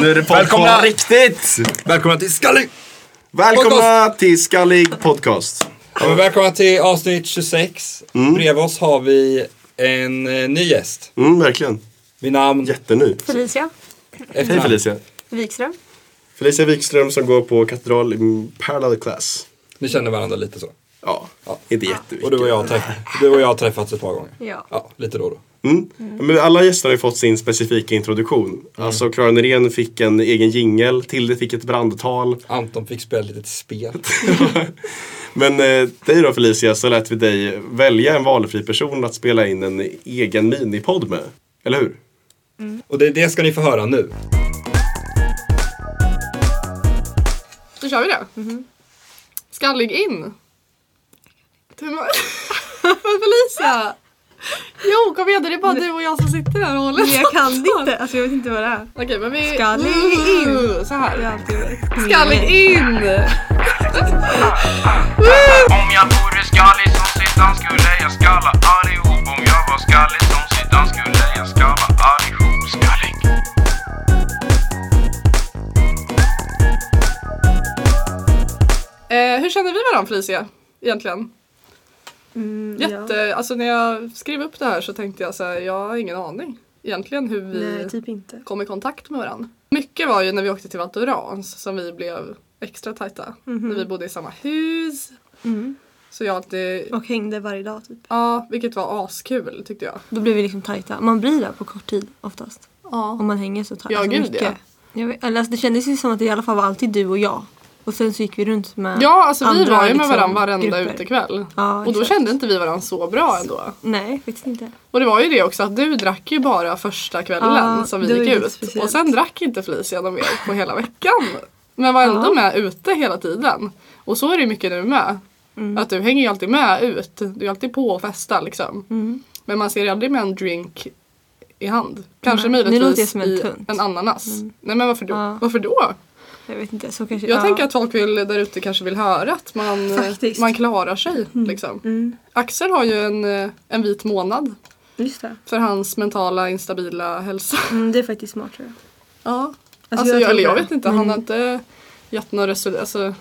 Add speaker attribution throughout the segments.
Speaker 1: Nu är det podcast.
Speaker 2: Välkomna riktigt! Välkomna till Skallig!
Speaker 1: Välkomna till Skallig Podcast.
Speaker 2: Ja, men välkomna till avsnitt 26. Bredvid oss har vi en eh, ny gäst.
Speaker 1: Mm, verkligen.
Speaker 2: Vid namn...
Speaker 1: Jätteny.
Speaker 3: Felicia
Speaker 1: Hej
Speaker 2: efternamn.
Speaker 1: Felicia.
Speaker 3: Wikström.
Speaker 1: Felicia Wikström som går på Katedral i Parallel Class.
Speaker 2: Ni känner varandra lite så.
Speaker 1: Ja,
Speaker 2: Ja.
Speaker 1: inte jättemycket.
Speaker 2: Och du och, jag har träff- du och jag har träffats ett par gånger.
Speaker 3: Ja.
Speaker 2: Ja, lite då och då.
Speaker 1: Mm. Men alla gäster har ju fått sin specifika introduktion. Alltså Klara Nyrén fick en egen jingel, Tilde fick ett brandtal.
Speaker 2: Anton fick spela lite spel.
Speaker 1: Men eh, dig då Felicia, så lät vi dig välja en valfri person att spela in en egen minipodd med. Eller hur?
Speaker 2: Och det, det ska ni få höra nu.
Speaker 4: Då kör vi det.
Speaker 3: Mhm.
Speaker 4: Skallig in. Tumör. Felicia! Jo, kom igen. Det är bara du och jag som sitter här och håller.
Speaker 3: Men jag kan det inte, alltså jag vet inte vad det är.
Speaker 4: Okej, men vi... Mm,
Speaker 3: Skallig in.
Speaker 4: Så
Speaker 3: Det
Speaker 4: här.
Speaker 3: har alltid varit.
Speaker 4: Skallig
Speaker 3: Mm.
Speaker 4: in!
Speaker 5: Om jag vore skallig som Zidane skulle jag skalla allihop Om jag var skallig som Zidane skulle jag skalla allihop Skallig
Speaker 4: Eh, hur känner vi varandra Felicia? Egentligen.
Speaker 3: Mm,
Speaker 4: Jätte... Alltså när jag skrev upp det här så tänkte jag så här, jag har ingen aning. Egentligen hur
Speaker 3: Ja.
Speaker 4: vi...
Speaker 3: Nej, typ inte.
Speaker 4: kom i kontakt med varandra. Mycket var ju när vi åkte till Valtorans som vi blev extra tajta. När vi bodde i samma hus.
Speaker 3: Mhm. Mm.
Speaker 4: Så jag alltid,
Speaker 3: Och hängde varje dag typ.
Speaker 4: ja vilket var askul tyckte jag.
Speaker 3: Då blev vi liksom tajta. Man blir där på kort tid oftast.
Speaker 4: Ja.
Speaker 3: Om man hänger så tajt.
Speaker 4: Ja, gud, ja.
Speaker 3: ja. Jag vet, eller, alltså, det kändes ju som att det i alla fall var alltid du och jag. Och sen så gick vi runt med
Speaker 4: Ja alltså vi
Speaker 3: andra,
Speaker 4: var ju med
Speaker 3: liksom,
Speaker 4: varandra varenda
Speaker 3: grupper.
Speaker 4: utekväll.
Speaker 3: Ja,
Speaker 4: och då
Speaker 3: exakt.
Speaker 4: kände inte vi varandra så bra ändå.
Speaker 3: Nej, faktiskt inte.
Speaker 4: Och det var ju det också att du drack ju bara första kvällen
Speaker 3: Ja,
Speaker 4: som vi
Speaker 3: det var ju
Speaker 4: gick
Speaker 3: lite
Speaker 4: ut.
Speaker 3: speciellt.
Speaker 4: Och sen drack inte Felicia något mer på hela veckan. Men var ändå
Speaker 3: Ja.
Speaker 4: med ute hela tiden. Och så är det ju mycket nu med.
Speaker 3: Mm.
Speaker 4: Att du hänger ju alltid med ut. Du är alltid på och festar liksom.
Speaker 3: Mm.
Speaker 4: Men man ser aldrig med en drink i hand. Kanske
Speaker 3: Nej, nu låter jag
Speaker 4: möjligtvis
Speaker 3: som en
Speaker 4: i
Speaker 3: tunt. Mm.
Speaker 4: en ananas. Nej men varför då?
Speaker 3: Ja.
Speaker 4: Varför då?
Speaker 3: Jag vet inte, så kanske.
Speaker 4: Jag
Speaker 3: ja.
Speaker 4: tänker att folk vill, där ute kanske vill höra att man,
Speaker 3: Faktiskt.
Speaker 4: man klarar sig. Liksom.
Speaker 3: Mm.
Speaker 4: Axel har ju en, eh, en vit månad
Speaker 3: Just det.
Speaker 4: för hans mentala instabila hälsa.
Speaker 3: Mm, det är faktiskt smart tror jag.
Speaker 4: Ja.
Speaker 3: Alltså,
Speaker 4: Alltså,
Speaker 3: jag
Speaker 4: jag, eller jag
Speaker 3: tror det.
Speaker 4: vet inte, han har inte gett några resultat. Alltså.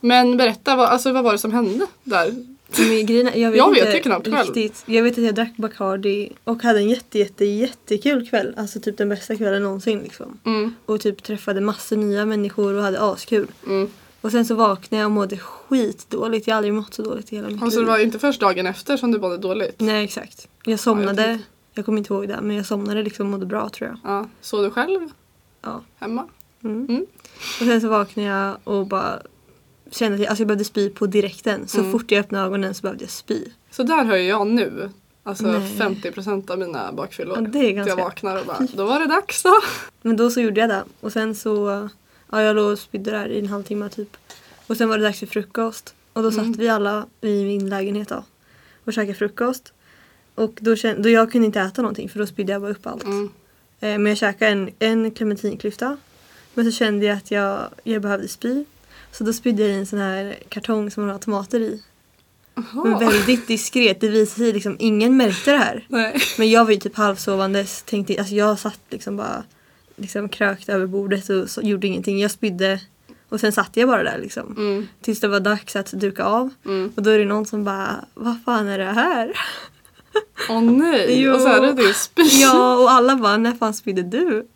Speaker 4: Men berätta, vad, alltså, vad var det som hände där?
Speaker 3: Men grejen är, jag vet,
Speaker 4: Jag vet
Speaker 3: inte
Speaker 4: ju knappt själv.
Speaker 3: riktigt. Jag vet att jag drack Bacardi och hade en jätte, jätte, jättekul kväll. Alltså typ den bästa kvällen någonsin liksom.
Speaker 4: Mm.
Speaker 3: Och typ träffade massor nya människor och hade askul.
Speaker 4: Mm.
Speaker 3: Och sen så vaknade jag och mådde skitdåligt. Jag har aldrig mått så dåligt i hela mitt
Speaker 4: Alltså det
Speaker 3: liv.
Speaker 4: var inte först dagen efter som du mådde dåligt?
Speaker 3: Nej exakt. Jag somnade. jag, kommer inte ihåg det men jag somnade liksom och mådde bra tror jag.
Speaker 4: Ja. Såg du själv
Speaker 3: Ja.
Speaker 4: hemma?
Speaker 3: Mm.
Speaker 4: Mm.
Speaker 3: Och sen så vaknade jag och bara kände att jag, alltså jag behövde spy på direkten. Så
Speaker 4: Mm.
Speaker 3: fort jag öppnade ögonen så behövde jag spy.
Speaker 4: Så där hör ju jag nu. Alltså
Speaker 3: Nej.
Speaker 4: 50% av mina bakfyllor.
Speaker 3: Ja, det är
Speaker 4: Att
Speaker 3: ganska-
Speaker 4: Jag vaknar och bara, då var det dags då.
Speaker 3: Men då så gjorde jag det och sen så, ja jag låg och spydde där i en halvtimme typ. Och sen var det dags för frukost och då satt vi alla i min lägenhet då och käkade frukost. Och då, kände, då jag kunde inte äta någonting för då spydde jag bara upp allt.
Speaker 4: Mm.
Speaker 3: Eh, men jag käkade en, en clementinklyfta. Men så kände jag att jag, jag behövde spy. Så då spydde jag i en sån här kartong som man har tomater i. Men väldigt diskret, det visade sig liksom, ingen märkte det här.
Speaker 4: Nej.
Speaker 3: Men jag var ju typ halvsovandes. Tänkte, alltså jag satt liksom bara liksom krökt över bordet och så, gjorde ingenting. Jag spydde och sen satt jag bara där liksom.
Speaker 4: Mm.
Speaker 3: Tills det var dags att duka av.
Speaker 4: Mm.
Speaker 3: Och då är det någon som bara, vad fan är det här?
Speaker 4: Åh nej,
Speaker 3: Jo.
Speaker 4: och så är det din spy.
Speaker 3: ja, och alla bara, när fan spydde du?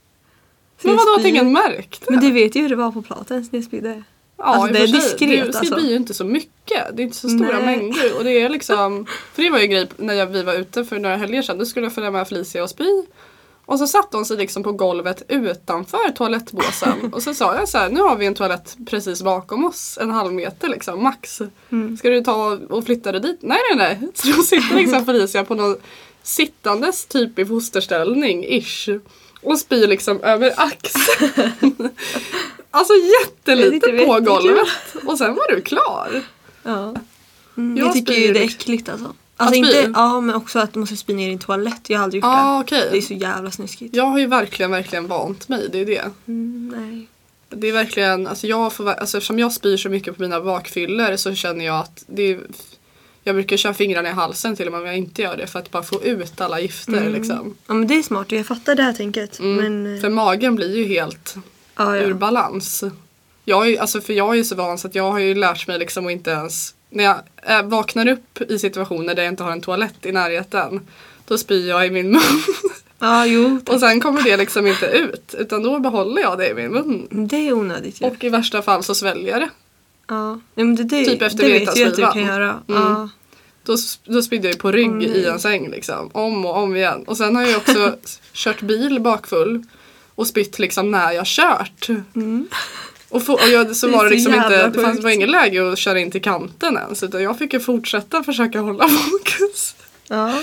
Speaker 3: Så
Speaker 4: Men
Speaker 3: jag
Speaker 4: vadå att
Speaker 3: spyr.
Speaker 4: ingen märkte?
Speaker 3: Men du vet ju hur det var på Platens när jag spydde.
Speaker 4: Ja,
Speaker 3: alltså,
Speaker 4: i
Speaker 3: det är
Speaker 4: och för sig.
Speaker 3: diskret,
Speaker 4: Det
Speaker 3: alltså.
Speaker 4: blir ju inte så mycket. Det är inte så stora
Speaker 3: Nej.
Speaker 4: mängder. Och det är liksom, för det var ju en grej när jag, vi var ute för några helger sedan. Då skulle jag följa med Felicia och spy. Och så satte hon sig liksom på golvet utanför toalettbåsen. Och så sa jag så här, nu har vi en toalett precis bakom oss. En halv meter liksom, max.
Speaker 3: Mm.
Speaker 4: Ska du ta och flytta dig dit? Nej, nej, nej. Så då sitter liksom Felicia på någon sittandes typ i fosterställning, ish. Och spyr liksom över axeln. alltså
Speaker 3: Det är
Speaker 4: jättelite
Speaker 3: lite
Speaker 4: på
Speaker 3: vettigt,
Speaker 4: golvet. Och sen var du klar.
Speaker 3: Ja. Mm,
Speaker 4: Jag
Speaker 3: jag, tycker
Speaker 4: spyr
Speaker 3: ju det är
Speaker 4: liksom-
Speaker 3: äckligt alltså. Alltså
Speaker 4: Att spy?
Speaker 3: inte, ja men också att du måste spy ner i din toalett. Jag har aldrig
Speaker 4: Ja,
Speaker 3: gjort det.
Speaker 4: Ah, okej.
Speaker 3: Det är så jävla snuskigt.
Speaker 4: Jag har ju verkligen, verkligen vant mig. Det är det.
Speaker 3: Mm, nej.
Speaker 4: Det är verkligen, alltså jag får, ver- alltså eftersom jag spyr så mycket på mina bakfyllor så känner jag att det är, Jag brukar köra fingrarna i halsen till och med om jag inte gör det för att bara få ut alla gifter liksom. Mm.
Speaker 3: Ja men det är smart och jag fattar det här tänket. Mm. Men, eh,
Speaker 4: För magen blir ju helt
Speaker 3: ja,
Speaker 4: ur
Speaker 3: ja.
Speaker 4: balans. Jag är, ju- alltså, för jag är ju så van så att jag har ju lärt mig liksom att inte ens när jag eh, vaknar upp i situationer där jag inte har en toalett i närheten då spyr jag i min mun
Speaker 3: ja jo.
Speaker 4: och sen kommer det liksom inte ut utan då behåller jag det i min mun.
Speaker 3: Det är onödigt ju.
Speaker 4: Och i värsta fall så sväljer jag det.
Speaker 3: ja. Nej, men det, det,
Speaker 4: Typ efter
Speaker 3: det
Speaker 4: Veritas
Speaker 3: vet jag att du
Speaker 4: skiva.
Speaker 3: kan göra.
Speaker 4: Mm.
Speaker 3: Ja.
Speaker 4: Då, s- då spydde jag ju på rygg i en säng liksom. Om och om igen. Och sen har jag ju också s- kört bil bakfull. Och spytt liksom när jag kört. Och, få, och jag, så
Speaker 3: Mm. Det är
Speaker 4: var det
Speaker 3: så
Speaker 4: liksom inte,
Speaker 3: jävla
Speaker 4: det fanns
Speaker 3: sjukt.
Speaker 4: var ingen läge att köra in till kanten ens. Utan jag fick ju fortsätta försöka hålla fokus.
Speaker 3: ja.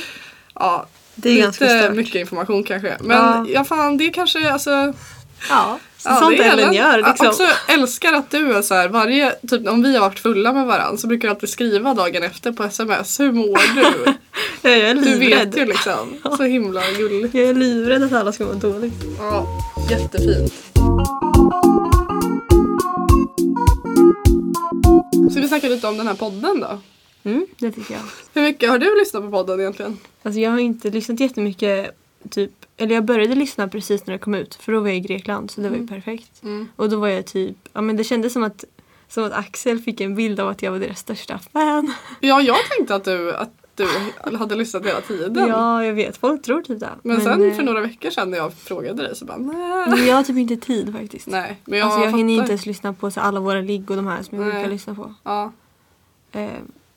Speaker 4: Ja,
Speaker 3: Det är ganska
Speaker 4: lite
Speaker 3: stört.
Speaker 4: mycket information kanske. Men
Speaker 3: Ja.
Speaker 4: ja, fan det kanske, alltså
Speaker 3: Ja. Så,
Speaker 4: Ja,
Speaker 3: sånt
Speaker 4: det är
Speaker 3: Ellen gör
Speaker 4: Ja,
Speaker 3: liksom.
Speaker 4: Också älskar att du är så här varje, typ om vi har varit fulla med varandra så brukar du alltid skriva dagen efter på sms, hur mår du?
Speaker 3: Ja, jag är
Speaker 4: Du vet ju
Speaker 3: livrädd.
Speaker 4: liksom. Så himla gulligt.
Speaker 3: Jag är livrädd att alla ska må dåligt.
Speaker 4: Ja, jättefint. Ska vi snacka lite om den här podden då?
Speaker 3: Mm, det tycker jag.
Speaker 4: Hur mycket har du lyssnat på podden egentligen?
Speaker 3: Alltså jag har inte lyssnat jättemycket typ, eller jag började lyssna precis när det kom ut för då var jag i Grekland så det var ju perfekt.
Speaker 4: Mm.
Speaker 3: Och då var jag typ, ja men det kändes som att, som att Axel fick en bild av att jag var deras största fan.
Speaker 4: Ja, jag tänkte att du, att du hade lyssnat hela tiden.
Speaker 3: Ja jag vet, folk tror typ det.
Speaker 4: Men, sen
Speaker 3: eh,
Speaker 4: för några veckor sedan när jag frågade dig så bara nej.
Speaker 3: men jag har typ inte tid faktiskt.
Speaker 4: Nej, men jag,
Speaker 3: alltså jag hinner
Speaker 4: fattar.
Speaker 3: inte ens lyssna på så alla våra ligg och de här som jag
Speaker 4: Nej.
Speaker 3: brukar lyssna på.
Speaker 4: Ja.
Speaker 3: Eh,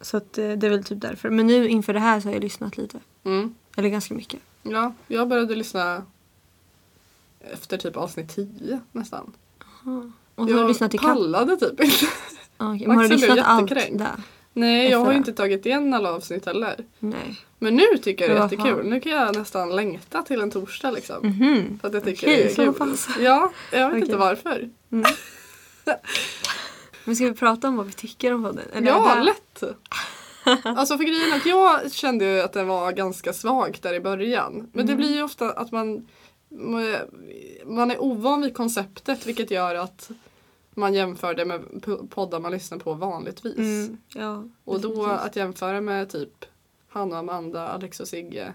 Speaker 3: så att, eh, det är väl typ därför. Men nu inför det här så har jag lyssnat lite.
Speaker 4: Mm.
Speaker 3: Eller ganska mycket.
Speaker 4: Ja, jag började lyssna efter typ avsnitt 10 nästan.
Speaker 3: Och så har
Speaker 4: jag
Speaker 3: du lyssnat i kapp.
Speaker 4: pallade typ inte.
Speaker 3: Ah, okej. Men har du
Speaker 4: Axel blev
Speaker 3: lyssnat allt
Speaker 4: jättekränkt.
Speaker 3: där?
Speaker 4: Nej, jag
Speaker 3: Efter
Speaker 4: har ju
Speaker 3: det.
Speaker 4: inte tagit igen alla avsnitt heller.
Speaker 3: Nej.
Speaker 4: Men nu tycker jag det är
Speaker 3: Vad fan.
Speaker 4: jättekul. Nu kan jag nästan längta till en torsdag liksom.
Speaker 3: Mhm.
Speaker 4: För att jag tycker
Speaker 3: Okej,
Speaker 4: det är
Speaker 3: så
Speaker 4: kul.
Speaker 3: pass.
Speaker 4: Ja, jag vet
Speaker 3: Okej.
Speaker 4: inte varför.
Speaker 3: Men ska vi prata om vad vi tycker om podden? Eller
Speaker 4: ja,
Speaker 3: det-
Speaker 4: lätt! Alltså för grejen är att jag kände ju att den var ganska svag där i början. Men
Speaker 3: Mm.
Speaker 4: det blir ju ofta att man, man är ovan vid konceptet vilket gör att man jämför det med po- poddar man lyssnar på vanligtvis.
Speaker 3: Mm, ja,
Speaker 4: och då
Speaker 3: definitivt.
Speaker 4: att jämföra med typ Hanna, Amanda, Alex och Sigge.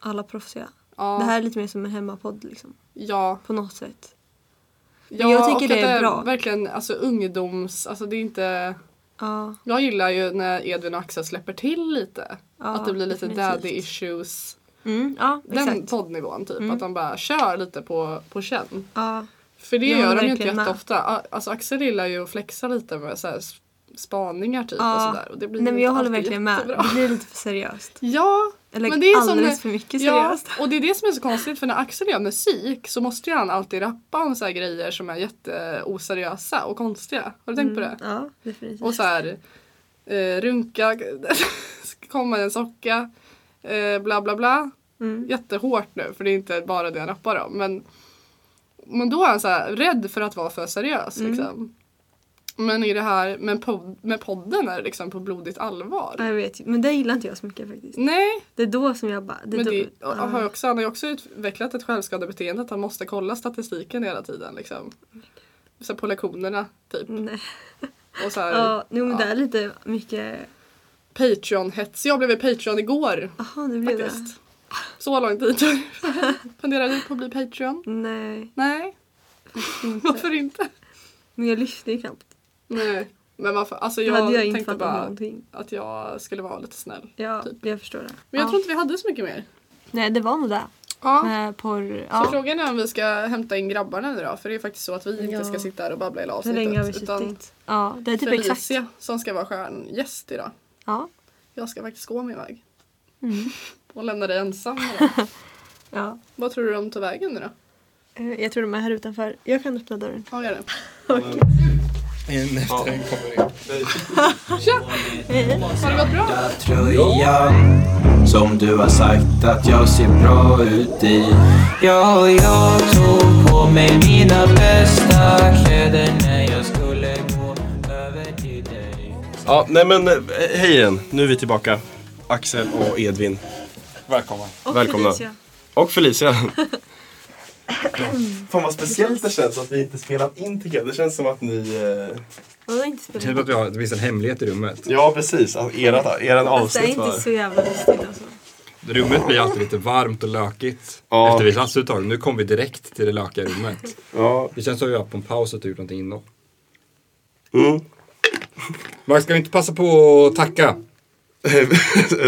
Speaker 3: Alla proffsiga.
Speaker 4: Ja,
Speaker 3: Det här är lite mer som en hemmapodd liksom.
Speaker 4: ja,
Speaker 3: På något sätt.
Speaker 4: ja,
Speaker 3: jag tycker
Speaker 4: och att
Speaker 3: det är bra.
Speaker 4: Verkligen alltså ungdoms, alltså det är inte
Speaker 3: Ja,
Speaker 4: Jag gillar ju när Edvin och Axel släpper till lite.
Speaker 3: ja
Speaker 4: att det blir lite
Speaker 3: definitivt.
Speaker 4: daddy issues.
Speaker 3: Mm, ja,
Speaker 4: Den
Speaker 3: exakt. Mm.
Speaker 4: poddnivån typ. Att de bara kör lite på, på känn.
Speaker 3: Ja,
Speaker 4: För det
Speaker 3: Jag
Speaker 4: gör
Speaker 3: håller
Speaker 4: de ju inte
Speaker 3: verkligen med.
Speaker 4: jätteofta. A- Alltså Axel gillar ju att flexa lite med så här s- spaningar typ och
Speaker 3: ja.
Speaker 4: sådär. Och det blir
Speaker 3: Nej,
Speaker 4: ju
Speaker 3: men jag
Speaker 4: inte
Speaker 3: håller
Speaker 4: alltid
Speaker 3: verkligen med.
Speaker 4: jättebra.
Speaker 3: Det blir lite för seriöst.
Speaker 4: Ja,
Speaker 3: Eller
Speaker 4: men det är som
Speaker 3: alldeles
Speaker 4: när-
Speaker 3: för mycket
Speaker 4: ja,
Speaker 3: seriöst.
Speaker 4: och det är det som är så konstigt för när Axel gör musik så måste ju han alltid rappa om så här grejer som är jätteoseriösa och konstiga. Har du tänkt på det?
Speaker 3: Mm, ja, definitivt.
Speaker 4: Och så här, eh, runka, ska komma en socka, eh, bla bla bla.
Speaker 3: Mm.
Speaker 4: Jättehårt nu för det är inte bara det han rappar om. Men, men då är han så här, rädd för att vara för seriös.
Speaker 3: Mm.
Speaker 4: Liksom. Men i det här med, pod- med podden är det liksom på blodigt allvar.
Speaker 3: Ja, jag vet. Men det gillar inte jag så mycket faktiskt.
Speaker 4: Nej,
Speaker 3: Det är då som jag bara... Det är
Speaker 4: Mm. men
Speaker 3: då,
Speaker 4: det,
Speaker 3: ja.
Speaker 4: har ju också, han har ju också utvecklat ett självskadebeteende att han måste kolla statistiken hela tiden. Liksom. Så här, på lektionerna typ.
Speaker 3: Nej.
Speaker 4: Och så här,
Speaker 3: Ja, jo, men
Speaker 4: ja.
Speaker 3: det är lite mycket...
Speaker 4: Patreon-hets. Jag blev Patreon igår.
Speaker 3: Jaha, det blev det.
Speaker 4: Faktiskt. Så lång tid Funderar du på att bli Patreon?
Speaker 3: Nej,
Speaker 4: Nej,
Speaker 3: inte.
Speaker 4: varför inte?
Speaker 3: Men jag lyssnar ju knappt.
Speaker 4: Nej, men varför? Alltså
Speaker 3: Då hade
Speaker 4: jag,
Speaker 3: jag inte
Speaker 4: tänkte
Speaker 3: fattat
Speaker 4: bara
Speaker 3: någonting.
Speaker 4: att jag skulle vara lite snäll.
Speaker 3: Ja,
Speaker 4: typ.
Speaker 3: jag förstår det.
Speaker 4: Men jag
Speaker 3: ja.
Speaker 4: tror inte vi hade så mycket mer.
Speaker 3: Nej, det var nog det.
Speaker 4: Ja.
Speaker 3: Med porr...
Speaker 4: Så
Speaker 3: Ja.
Speaker 4: frågan är om vi ska hämta in grabbarna nu då? För det är faktiskt så att vi inte
Speaker 3: Ja.
Speaker 4: ska sitta här och babbla hela
Speaker 3: Hur
Speaker 4: avsnittet.
Speaker 3: länge har vi
Speaker 4: utan
Speaker 3: suttit? Ja, det är typ exakt.
Speaker 4: Felicia som ska vara stjärngäst idag.
Speaker 3: Ja.
Speaker 4: Jag ska faktiskt gå min väg.
Speaker 3: Mm.
Speaker 4: Och lämna dig ensam. idag.
Speaker 3: ja.
Speaker 4: Vad tror du de tar vägen nu då?
Speaker 3: Eh, Jag tror de är här utanför. Jag kan öppna dörren.
Speaker 4: Ja, gör det.
Speaker 2: En efter en kommer in.
Speaker 4: Har det varit bra?
Speaker 6: tröjan Som du har sagt att jag ser bra ut i Ja, jag tog på mig mina bästa kläder när jag skulle gå över till dig
Speaker 1: Ja, nej men eh, hej igen. Nu är vi tillbaka. Axel och Edvin.
Speaker 2: Välkomna.
Speaker 3: Och
Speaker 1: Välkomna.
Speaker 3: Felicia.
Speaker 1: Och Felicia. Fan vad speciellt det känns att vi inte spelat in tycker jag. Det känns som att ni... Eh...
Speaker 3: Vadå inte spelat
Speaker 2: Typ att vi har, det finns en hemlighet i rummet.
Speaker 1: Ja precis, att era, eran
Speaker 3: Fast det är
Speaker 1: avsnitt var...
Speaker 3: inte så jävla lustigt alltså.
Speaker 2: Rummet blir alltid lite varmt och lökigt
Speaker 1: Ja.
Speaker 2: efter vi lastat ett tag. Nu kom vi direkt till det lökiga rummet.
Speaker 1: Ja.
Speaker 2: Det känns som att vi har varit på en paus och typ gjort någonting innan.
Speaker 1: Mm.
Speaker 2: Max, ska vi inte passa på att tacka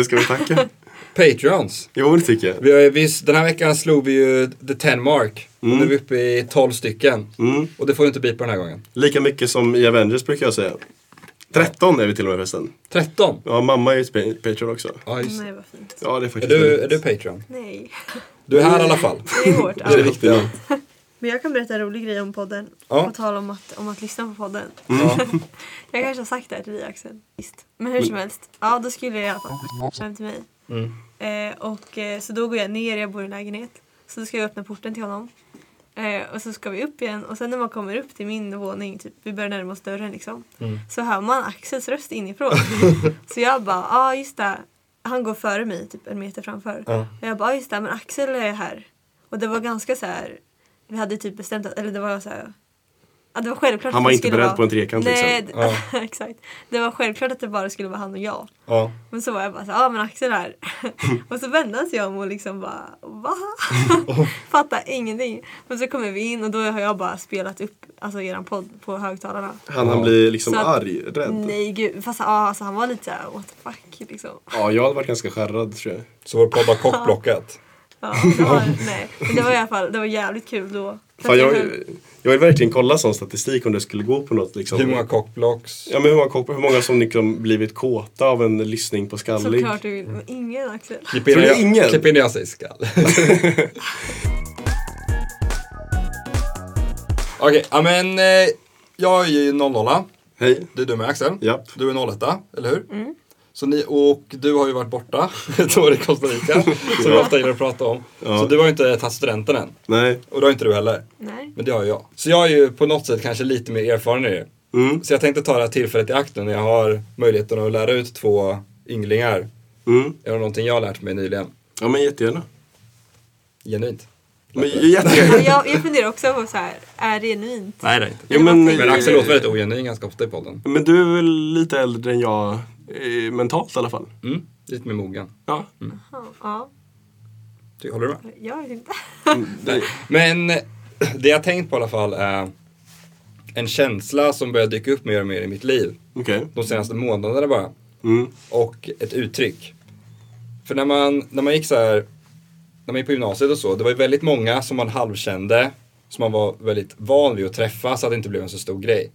Speaker 1: Ska vi tacka?
Speaker 2: Patreons?
Speaker 1: Jo det tycker jag.
Speaker 2: Vi har, ju- vi, den här veckan slog vi ju the 10 mark. Och nu är vi uppe i 12 stycken.
Speaker 1: Mm.
Speaker 2: Och det får du inte bipa den här gången.
Speaker 1: Lika mycket som i Avengers brukar jag säga. 13 är vi till och med förresten.
Speaker 2: 13!
Speaker 1: Ja, mamma är ju sp- Patreon också.
Speaker 2: Ja, just.
Speaker 3: Nej vad fint.
Speaker 1: Ja, det är
Speaker 2: Är
Speaker 1: faktiskt
Speaker 2: du, är du Patreon?
Speaker 3: Nej.
Speaker 2: Du är här i alla fall.
Speaker 3: Det är hårt.
Speaker 1: Det är
Speaker 3: Ja.
Speaker 1: viktigt. Ja.
Speaker 3: Men jag kan berätta en rolig grej om podden.
Speaker 2: Ja.
Speaker 3: På tal om att, om att lyssna på podden.
Speaker 2: Ja.
Speaker 3: Jag kanske har sagt det här till dig Axel. Visst. Men hur som helst. Ja, då skulle jag i alla fall hem till mig. Eh, och, eh, så då går jag ner, jag bor i en lägenhet. Så då ska jag öppna porten till honom. Eh, och så ska vi upp igen och sen när man kommer upp till min våning, typ, vi börjar närma oss dörren liksom. Så hör man Axels röst inifrån. så jag bara, ja ah, just det. Han går före mig, typ en meter framför. Och jag bara, ah, just det, men Axel är här. Och det var ganska så här, vi hade typ bestämt att, eller det var så här, ja, det var självklart
Speaker 1: Han
Speaker 3: att
Speaker 1: var
Speaker 3: det
Speaker 1: inte
Speaker 3: skulle
Speaker 1: beredd
Speaker 3: vara-
Speaker 1: på en trekant,
Speaker 3: Nej,
Speaker 1: liksom.
Speaker 2: Ja.
Speaker 3: d- exakt. Det var självklart att det bara skulle vara han och jag.
Speaker 2: ja.
Speaker 3: Men så var jag bara så ja ah, men Axel är här. och så vände han sig om och liksom bara va?
Speaker 1: Oh.
Speaker 3: Fattar ingenting. Men så kommer vi in och då har jag bara spelat upp alltså eran podd på högtalarna.
Speaker 1: Han, han blir liksom
Speaker 3: Så att-
Speaker 1: arg, rädd.
Speaker 3: Nej gud, fast ja alltså han var lite såhär what the fuck liksom.
Speaker 1: Ja, jag hade varit ganska skärrad tror jag.
Speaker 2: Så vår podd har kockblockat.
Speaker 3: Ja, det var, nej. Men det var i alla fall, det var jävligt kul då. För
Speaker 1: Fan,
Speaker 3: att jag
Speaker 1: jag,
Speaker 3: höll-
Speaker 1: jag vill verkligen kolla sån statistik om det skulle gå på något. Liksom.
Speaker 2: Hur många kockblocks?
Speaker 1: Ja, men hur många, koppar- hur många som liksom blivit kåta av en lyssning på Skallig.
Speaker 3: Såklart du vill, men ingen Axel.
Speaker 2: Klipp in,
Speaker 1: Tror du
Speaker 2: jag-
Speaker 1: ingen?
Speaker 2: klipp in när jag säger skall. Okej, ja men eh, jag är ju 00
Speaker 1: Hej.
Speaker 2: Det är du med Axel.
Speaker 1: Japp.
Speaker 2: Du är 01 eller hur? Så ni, och du har ju varit borta ett år i Costa Rica, som vi ofta gillar att prata om. Så du har ju inte tagit studenten än.
Speaker 1: Nej.
Speaker 2: Och det har inte du heller.
Speaker 3: Nej.
Speaker 2: Men det har ju jag. Så jag är ju på något sätt kanske lite mer erfaren i det.
Speaker 1: Mm.
Speaker 2: Så jag tänkte ta det här tillfället i akt nu när jag har möjligheten att lära ut två ynglingar.
Speaker 1: Mm.
Speaker 2: Är det någonting jag har lärt mig nyligen?
Speaker 1: Ja, men jättegärna.
Speaker 2: Genuint.
Speaker 1: Men, jättegärna.
Speaker 3: Men jag, jag funderar också på så här, är det genuint?
Speaker 2: Nej, det är inte.
Speaker 1: Jo, men,
Speaker 2: Men Axel låter väldigt ogenuin ganska ofta i podden.
Speaker 1: Men du är väl lite äldre än jag, eh, mentalt i alla fall?
Speaker 2: Mm. Lite mer mogen.
Speaker 1: Ja.
Speaker 2: Mm.
Speaker 3: Ja,
Speaker 2: Ty- Håller du med?
Speaker 3: jag vet inte.
Speaker 1: Det,
Speaker 2: Men det jag tänkt på i alla fall är en känsla som börjar dyka upp mer och mer i mitt liv.
Speaker 1: Okej.
Speaker 2: De senaste månaderna bara.
Speaker 1: Mm.
Speaker 2: Och ett uttryck. För när man, när man gick så här, när man gick på gymnasiet och så, det var ju väldigt många som man halvkände, som man var väldigt van vid att träffa så att det inte blev en så stor grej.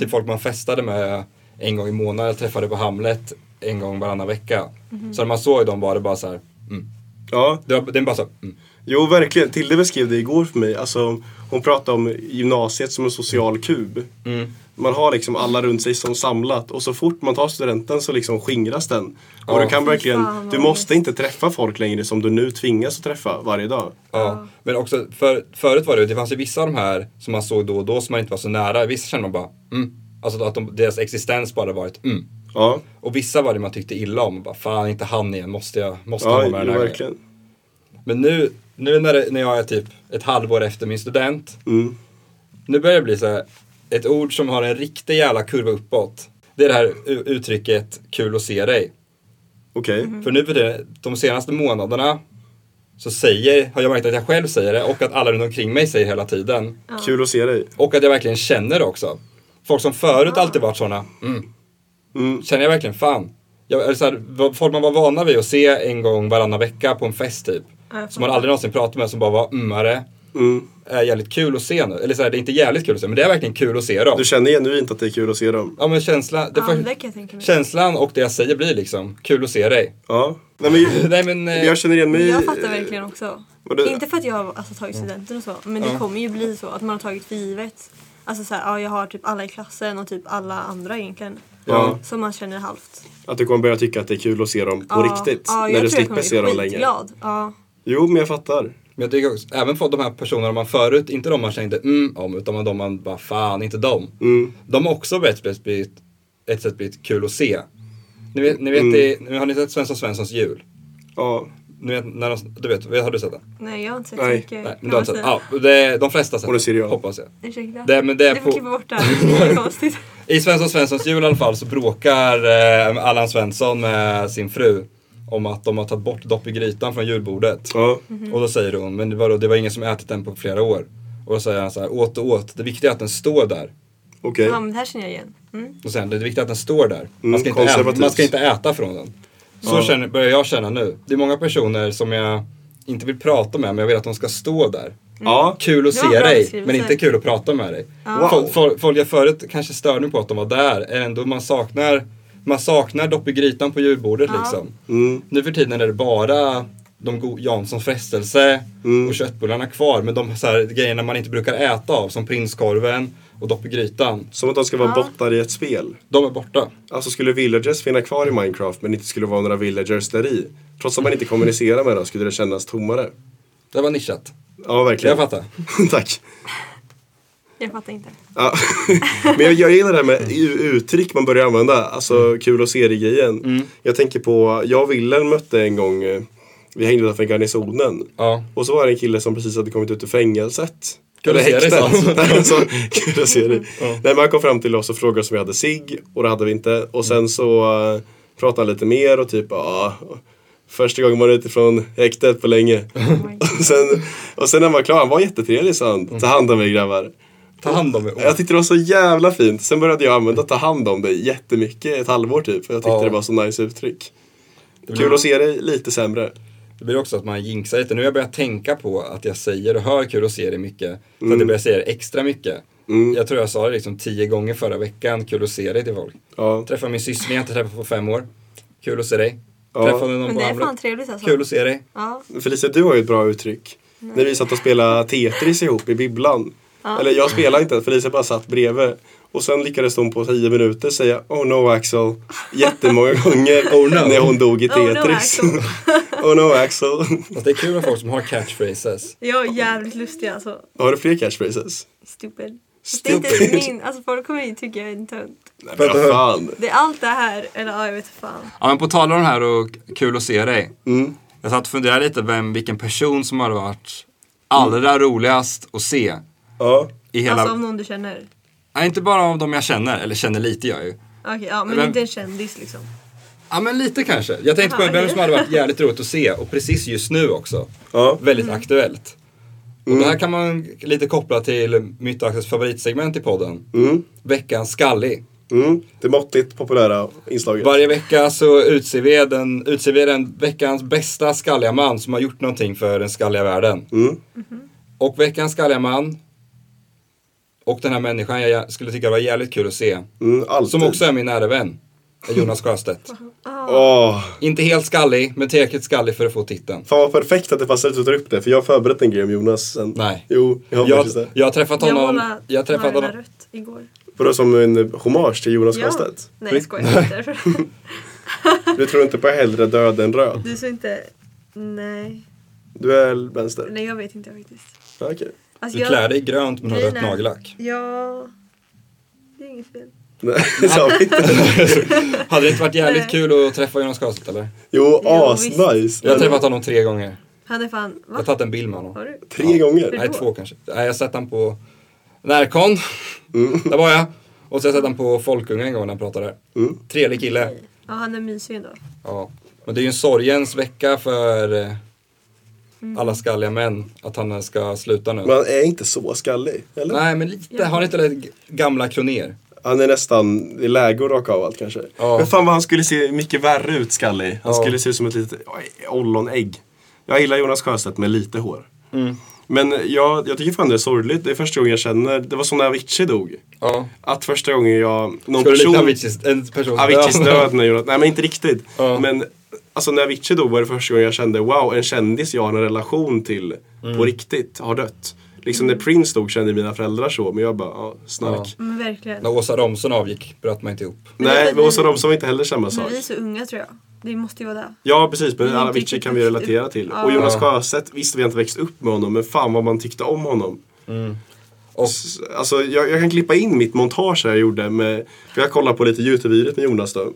Speaker 2: Typ folk man festade med en gång i månaden, träffade på Hamlet en gång varannan vecka. Så när man såg dem var det bara så här, mm.
Speaker 1: Ja,
Speaker 2: Det var, det var bara så här, mm.
Speaker 1: Jo, verkligen. Tilde beskrev det igår för mig. Alltså, hon pratade om gymnasiet som en social kub.
Speaker 2: Mm.
Speaker 1: Man har liksom alla runt sig som samlat och så fort man tar studenten så liksom skingras den. Och
Speaker 2: Ja.
Speaker 1: du kan verkligen,
Speaker 3: Fy fan, vad
Speaker 1: du måste inte träffa folk längre som du nu tvingas att träffa varje dag.
Speaker 2: Ja, men också för, förut var det ju- det fanns ju vissa av de här som man såg då och då som man inte var så nära. Vissa kände man bara mm. Alltså att de, deras existens bara varit mm.
Speaker 1: Ja,
Speaker 2: Och vissa var det man tyckte illa om. Bara, Fan, inte han igen. Måste jag, måste
Speaker 1: ja
Speaker 2: han vara med
Speaker 1: jo,
Speaker 2: den här gången?
Speaker 1: verkligen.
Speaker 2: Men nu, nu när, det, när jag är typ ett halvår efter min student.
Speaker 1: Mm.
Speaker 2: Nu börjar det bli så här, ett ord som har en riktig jävla kurva uppåt. Det är det här u- uttrycket kul att se dig.
Speaker 1: Okej.
Speaker 3: Mhm.
Speaker 2: För nu för det, de senaste månaderna så säger, har jag märkt att jag själv säger det och att alla runt omkring mig säger hela tiden.
Speaker 1: Kul att se dig.
Speaker 2: Och att jag verkligen känner det också. Folk som förut alltid varit sådana, mm,
Speaker 1: Mm.
Speaker 2: känner jag verkligen fan. Jag, eller så här, vad- folk man var vana vid att se en gång varannan vecka på en fest typ.
Speaker 3: Ja, jag
Speaker 2: Som man aldrig någonsin pratat med som bara var ummare.
Speaker 1: Mm.
Speaker 2: Är jävligt kul att se nu. Eller så här, det är inte jävligt kul att se men det är verkligen kul att se dem.
Speaker 1: Du känner genuint att det är kul att se dem?
Speaker 2: Ja men känslan, det
Speaker 3: Ja,
Speaker 2: får-
Speaker 3: men det kan jag tänka mig.
Speaker 2: känslan och det jag säger blir liksom, kul att se dig.
Speaker 1: Ja. Nej, men,
Speaker 2: Nej men, eh,
Speaker 1: jag känner igen mig.
Speaker 3: Jag fattar verkligen också.
Speaker 1: Och det-
Speaker 3: Inte för att jag har alltså, tagit studenten och så, men det
Speaker 2: Ja.
Speaker 3: kommer ju bli så att man har tagit för givet. Alltså så här, ja, jag har typ alla i klassen och typ alla andra egentligen.
Speaker 1: Ja.
Speaker 3: Som man känner halvt.
Speaker 1: Att du kommer börja tycka att det är kul att se dem på
Speaker 3: ja.
Speaker 1: riktigt.
Speaker 3: Ja, jag
Speaker 1: när du
Speaker 3: tror jag kommer
Speaker 1: slipper se
Speaker 3: bli
Speaker 1: dem längre.
Speaker 3: skitglad. Ja.
Speaker 1: Jo, men jag fattar.
Speaker 2: Men jag tycker också, även för de här personerna man förut, inte de man kände mm om, utan de man bara fan, inte de.
Speaker 1: Mm.
Speaker 2: De har också på ett sätt blivit, ett
Speaker 1: Mm.
Speaker 2: sätt blivit kul att se. Ni vet, ni vet det, nu har ni sett Svensson Svenssons jul?
Speaker 1: Ja.
Speaker 2: nu vet, när de, du vet, har du sett den?
Speaker 3: Nej, jag har inte sett
Speaker 1: Nej.
Speaker 3: så mycket.
Speaker 2: Nej, men
Speaker 3: kan
Speaker 2: du har
Speaker 3: man
Speaker 2: inte sett
Speaker 3: säga.
Speaker 2: den? Ja, det är, de flesta har sett
Speaker 1: Och det ser jag.
Speaker 2: hoppas jag.
Speaker 3: Ursäkta.
Speaker 2: Det, men det är
Speaker 3: du får
Speaker 2: på,
Speaker 3: klippa bort det här. Det är konstigt.
Speaker 2: I Svensson Svenssons jul i alla fall så bråkar eh, Allan Svensson med sin fru om att de har tagit bort dopp i grytan från julbordet.
Speaker 1: Ja.
Speaker 2: Och då säger hon, men det var, det var ingen som ätit den på flera år. Och då säger han så här, åt och åt, det viktiga är att den står där.
Speaker 1: Okej.
Speaker 3: Ja, men det här känner jag igen. Mm.
Speaker 2: Och sen, det viktiga är att den står där. Man
Speaker 1: Mm,
Speaker 2: ska, inte, äta,
Speaker 1: konservativt.
Speaker 2: man ska inte äta från den. Så
Speaker 1: Ja.
Speaker 2: känner, börjar jag känna nu. Det är många personer som jag inte vill prata med, men jag vill att de ska stå där.
Speaker 1: Ja.
Speaker 2: Kul att
Speaker 3: Det var
Speaker 2: se
Speaker 3: en bra
Speaker 2: dig,
Speaker 3: beskrivelse.
Speaker 2: men inte kul att prata med dig.
Speaker 1: Wow.
Speaker 2: Folk, folk, folk jag förut kanske störde mig på att de var där, är ändå man saknar, man saknar dopp i grytan på julbordet
Speaker 3: Ja.
Speaker 2: liksom.
Speaker 1: Mm.
Speaker 2: Nu för tiden är det bara de go- Janssons frestelse
Speaker 1: Mm.
Speaker 2: och köttbullarna kvar, men de så här, grejerna man inte brukar äta av, som prinskorven och dopp i grytan,
Speaker 1: Som att de ska vara
Speaker 3: Ja.
Speaker 1: bottar i ett spel.
Speaker 2: de är borta.
Speaker 1: Alltså skulle villagers finna kvar i Minecraft men inte skulle vara några villagers där i. Trots att man inte kommunicerar med dem skulle det kännas tommare.
Speaker 2: Det var nischat.
Speaker 1: Ja,
Speaker 2: Jag
Speaker 1: verkligen.
Speaker 2: fattar.
Speaker 1: Tack.
Speaker 3: Jag fattar inte.
Speaker 1: Ja. Men jag, jag gillar det här med u- uttryck man börjar använda,
Speaker 2: Mm.
Speaker 1: alltså kul att se dig grejen. Jag tänker på, jag och Wilhelm mötte en gång, eh, vi hängde utanför garnisonen.
Speaker 2: Ja.
Speaker 1: Och så var det en kille som precis hade kommit ut ur fängelset.
Speaker 2: Kul att se dig, sa han.
Speaker 1: Nej, så, kul att se dig. Nej, men han kom fram till oss och frågade oss om vi hade sig och det hade vi inte. Och sen så eh, pratade han lite mer och typ, ja, första gången var det utifrån häktet på länge.
Speaker 3: Oh my God.
Speaker 1: Och sen, och sen när han var klar, han var jättetrevlig sa han. Ta hand om er grabbar.
Speaker 2: Ta hand om er.
Speaker 1: Jag tyckte det var så jävla fint. Sen började jag använda ta hand om dig jättemycket, ett halvår typ. För jag tyckte
Speaker 2: Ja.
Speaker 1: det var så nice uttryck.
Speaker 2: blir-
Speaker 1: Kul att se dig, lite sämre.
Speaker 2: Det blir också att man jinxar lite. Nu har jag börjat tänka på att jag säger och hör kul och ser det mycket. Så att jag börjar säga det extra mycket. Jag tror jag sa det liksom tio gånger förra veckan, kul att se dig till folk.
Speaker 1: Ja.
Speaker 2: Träffade min syster jag inte träffat på fem år. Kul att se dig.
Speaker 1: Ja.
Speaker 2: Träffade någon
Speaker 3: Men
Speaker 2: på
Speaker 3: det är
Speaker 2: Hamlet.
Speaker 3: fan trevligt alltså.
Speaker 2: Kul att se dig.
Speaker 3: Ja.
Speaker 1: Felicia, du har ju ett bra uttryck. När vi satt och spelade Tetris ihop i bibblan.
Speaker 3: Ja.
Speaker 1: Eller jag spelade inte, Felicia bara satt bredvid. Och sen lyckades hon på tio minuter säga Oh no Axel jättemånga gånger oh,
Speaker 2: no.
Speaker 1: när hon dog i
Speaker 3: Oh no
Speaker 1: Tetris.
Speaker 3: Axel.
Speaker 1: Oh no Axel.
Speaker 2: Fast det är kul med folk som har catchphrases.
Speaker 3: Jag är jävligt lustig alltså.
Speaker 1: Har du fler catchphrases?
Speaker 3: Stupid. Fast Det är
Speaker 1: Stupid.
Speaker 3: inte ens min. Alltså folk kommer ju tycka jag är en tönt.
Speaker 1: Nej, men vad fan.
Speaker 3: Det är allt det här. Eller ja, jag vet fan.
Speaker 2: Ja men på tal om det här och kul att se dig.
Speaker 1: Mm.
Speaker 2: Jag satt och funderade lite vem, vilken person som hade varit allra roligast att se
Speaker 1: Ja.
Speaker 2: i
Speaker 3: Alltså av någon du känner.
Speaker 2: Nej inte bara av de jag känner, eller känner lite jag ju.
Speaker 3: Okej, ja men,
Speaker 2: Men-
Speaker 3: inte en kändis liksom.
Speaker 2: Ja men lite kanske. Jag tänkte på
Speaker 3: Aha,
Speaker 2: vem
Speaker 3: okej.
Speaker 2: som hade varit jävligt roligt att se och precis just nu också.
Speaker 1: Ja.
Speaker 2: Väldigt aktuellt. Och
Speaker 1: Mm.
Speaker 2: det här kan man lite koppla till mitt och Axels favoritsegment i podden.
Speaker 1: Mm.
Speaker 2: Veckans skallig.
Speaker 1: Mm. Det måttligt populära inslaget.
Speaker 2: Varje vecka så utser vi den, utser vi den veckans bästa skalliga man som har gjort någonting för den skalliga världen.
Speaker 1: Mm.
Speaker 2: Och veckans skalliga man och den här människan jag skulle tycka var jävligt kul att se.
Speaker 1: Mm, alltid.
Speaker 2: Som också är min nära vän. är Jonas Sjöstedt.
Speaker 1: Åh,
Speaker 2: Inte helt skallig, men tillräckligt skallig för att få titeln.
Speaker 1: fan vad perfekt att det passade att du tar upp det för jag har förberett en grej om Jonas sen.
Speaker 2: Nej.
Speaker 1: Jo, jag har
Speaker 2: Jag,
Speaker 1: faktiskt det.
Speaker 2: jag har träffat
Speaker 3: Jag
Speaker 2: honom...
Speaker 3: målade
Speaker 2: Jag har träffat
Speaker 3: Marina
Speaker 2: honom...
Speaker 3: rött igår.
Speaker 1: Vadå som en eh, hommage till Jonas Sjöstedt?
Speaker 3: Nej jag skojar, det är därför.
Speaker 1: Du tror inte på hellre död än röd?
Speaker 3: Du sa inte... Nej.
Speaker 1: Du är vänster?
Speaker 3: Nej jag vet inte faktiskt.
Speaker 1: Ja, Okej.
Speaker 3: Alltså,
Speaker 2: Du klär dig i grönt men har rött
Speaker 3: Grejen är-
Speaker 2: nagellack.
Speaker 3: Ja... Det är inget fel.
Speaker 1: Nej, det sa vi inte.
Speaker 2: Hade det inte varit jävligt
Speaker 3: Nej.
Speaker 2: kul att träffa Jonas Sjöstedt eller?
Speaker 1: Jo,
Speaker 3: visst.
Speaker 1: asnice.
Speaker 2: Jag har
Speaker 1: Men
Speaker 2: träffat honom tre gånger.
Speaker 3: Han är fan...
Speaker 2: Jag har
Speaker 3: Va?
Speaker 2: tagit en bild med honom.
Speaker 3: Har du?
Speaker 1: Tre gånger?
Speaker 2: Nej, två kanske. Nej, jag har sett honom på Närcon. Där var jag. Och så har jag sett honom på Folkunga en gång när han pratade där. Trevlig kille.
Speaker 3: Ja han är mysig ändå.
Speaker 2: Ja. Men det är ju en sorgens vecka för eh,
Speaker 3: Mm.
Speaker 2: alla skalliga män att han ska sluta nu.
Speaker 1: Men han är inte så skallig, eller?
Speaker 2: Nej, men lite. Har ni inte läst g- gamla kroner?
Speaker 1: Han är nästan i läge att raka av allt kanske.
Speaker 2: Ja.
Speaker 1: Men fan vad han skulle se mycket värre ut skallig. Han
Speaker 2: Ja.
Speaker 1: skulle se ut som ett litet ollonägg. Jag gillar Jonas Sjöstedt med lite hår.
Speaker 2: Mm.
Speaker 1: Men jag, jag tycker fan det är sorgligt. Det är första gången jag känner, det var som när Avicii dog.
Speaker 2: Ja.
Speaker 1: Att första gången jag, någon
Speaker 2: Ska du likna
Speaker 1: person...
Speaker 2: Aviciis- en persons
Speaker 1: Aviciis
Speaker 2: död?
Speaker 1: död när Jonas, nej men inte riktigt.
Speaker 2: Ja.
Speaker 1: Men alltså när Avicii dog var det första gången jag kände wow, en kändis jag har en relation till
Speaker 3: Mm.
Speaker 1: på riktigt har dött. Liksom när Prince dog kände mina föräldrar så, men jag bara, ja, snark.
Speaker 3: Men verkligen.
Speaker 2: När Åsa Romson avgick bröt man inte ihop.
Speaker 1: Nej,
Speaker 3: Men-
Speaker 1: men Åsa Romson var inte heller samma sak.
Speaker 3: Men vi är så unga tror jag. Det måste ju vara det.
Speaker 1: Ja, precis, men
Speaker 3: Men inte
Speaker 1: Avicii
Speaker 3: riktigt
Speaker 1: kan vi
Speaker 3: växt
Speaker 1: relatera
Speaker 3: upp.
Speaker 1: till.
Speaker 3: Mm, Ja.
Speaker 1: Och Jonas
Speaker 2: Ja.
Speaker 1: Sjöstedt, visst vi har inte växt upp med honom, men fan vad man tyckte om honom.
Speaker 2: Mm. Och
Speaker 1: S- Alltså, jag, jag kan klippa in mitt montage här jag gjorde med, för jag kollar på lite Youtube-videot med Jonas då.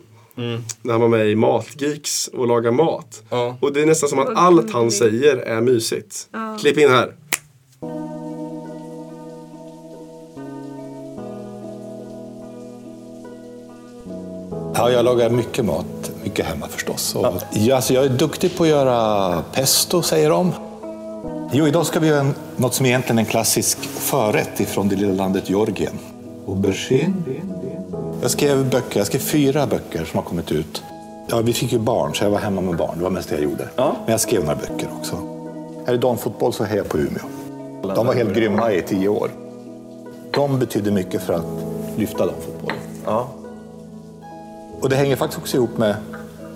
Speaker 1: När han var med i Matgeeks och lagade mat.
Speaker 2: Mm. Ja.
Speaker 1: Och det är nästan som att
Speaker 3: Vad
Speaker 1: allt han
Speaker 3: gulligt.
Speaker 1: säger är mysigt.
Speaker 3: Ja.
Speaker 1: Klipp in här.
Speaker 7: Ja, jag lagar mycket mat. Mycket hemma förstås. Och, ja, alltså, jag är duktig på att göra pesto, säger de. Jo, idag ska vi göra en, något som egentligen är en klassisk förrätt ifrån det lilla landet Georgien. Aubergine. Jag skrev böcker. Jag skrev fyra böcker som har kommit ut. Ja, vi fick ju barn, så jag var hemma med barn. Det var mest det jag gjorde. Men jag skrev några böcker också. Här i damfotboll så hejar jag på Umeå. De var helt grymma i tio år. De betydde mycket för att lyfta damfotbollen. Och det hänger faktiskt också ihop med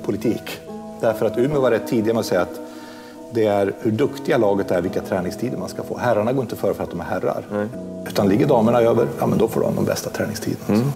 Speaker 7: politik. Därför att Umeå var rätt tidiga med att säga att det är hur duktiga laget är, vilka träningstider man ska få. Herrarna går inte före för att de är herrar. Utan ligger damerna över, ja men då får de de bästa träningstiderna. Mm.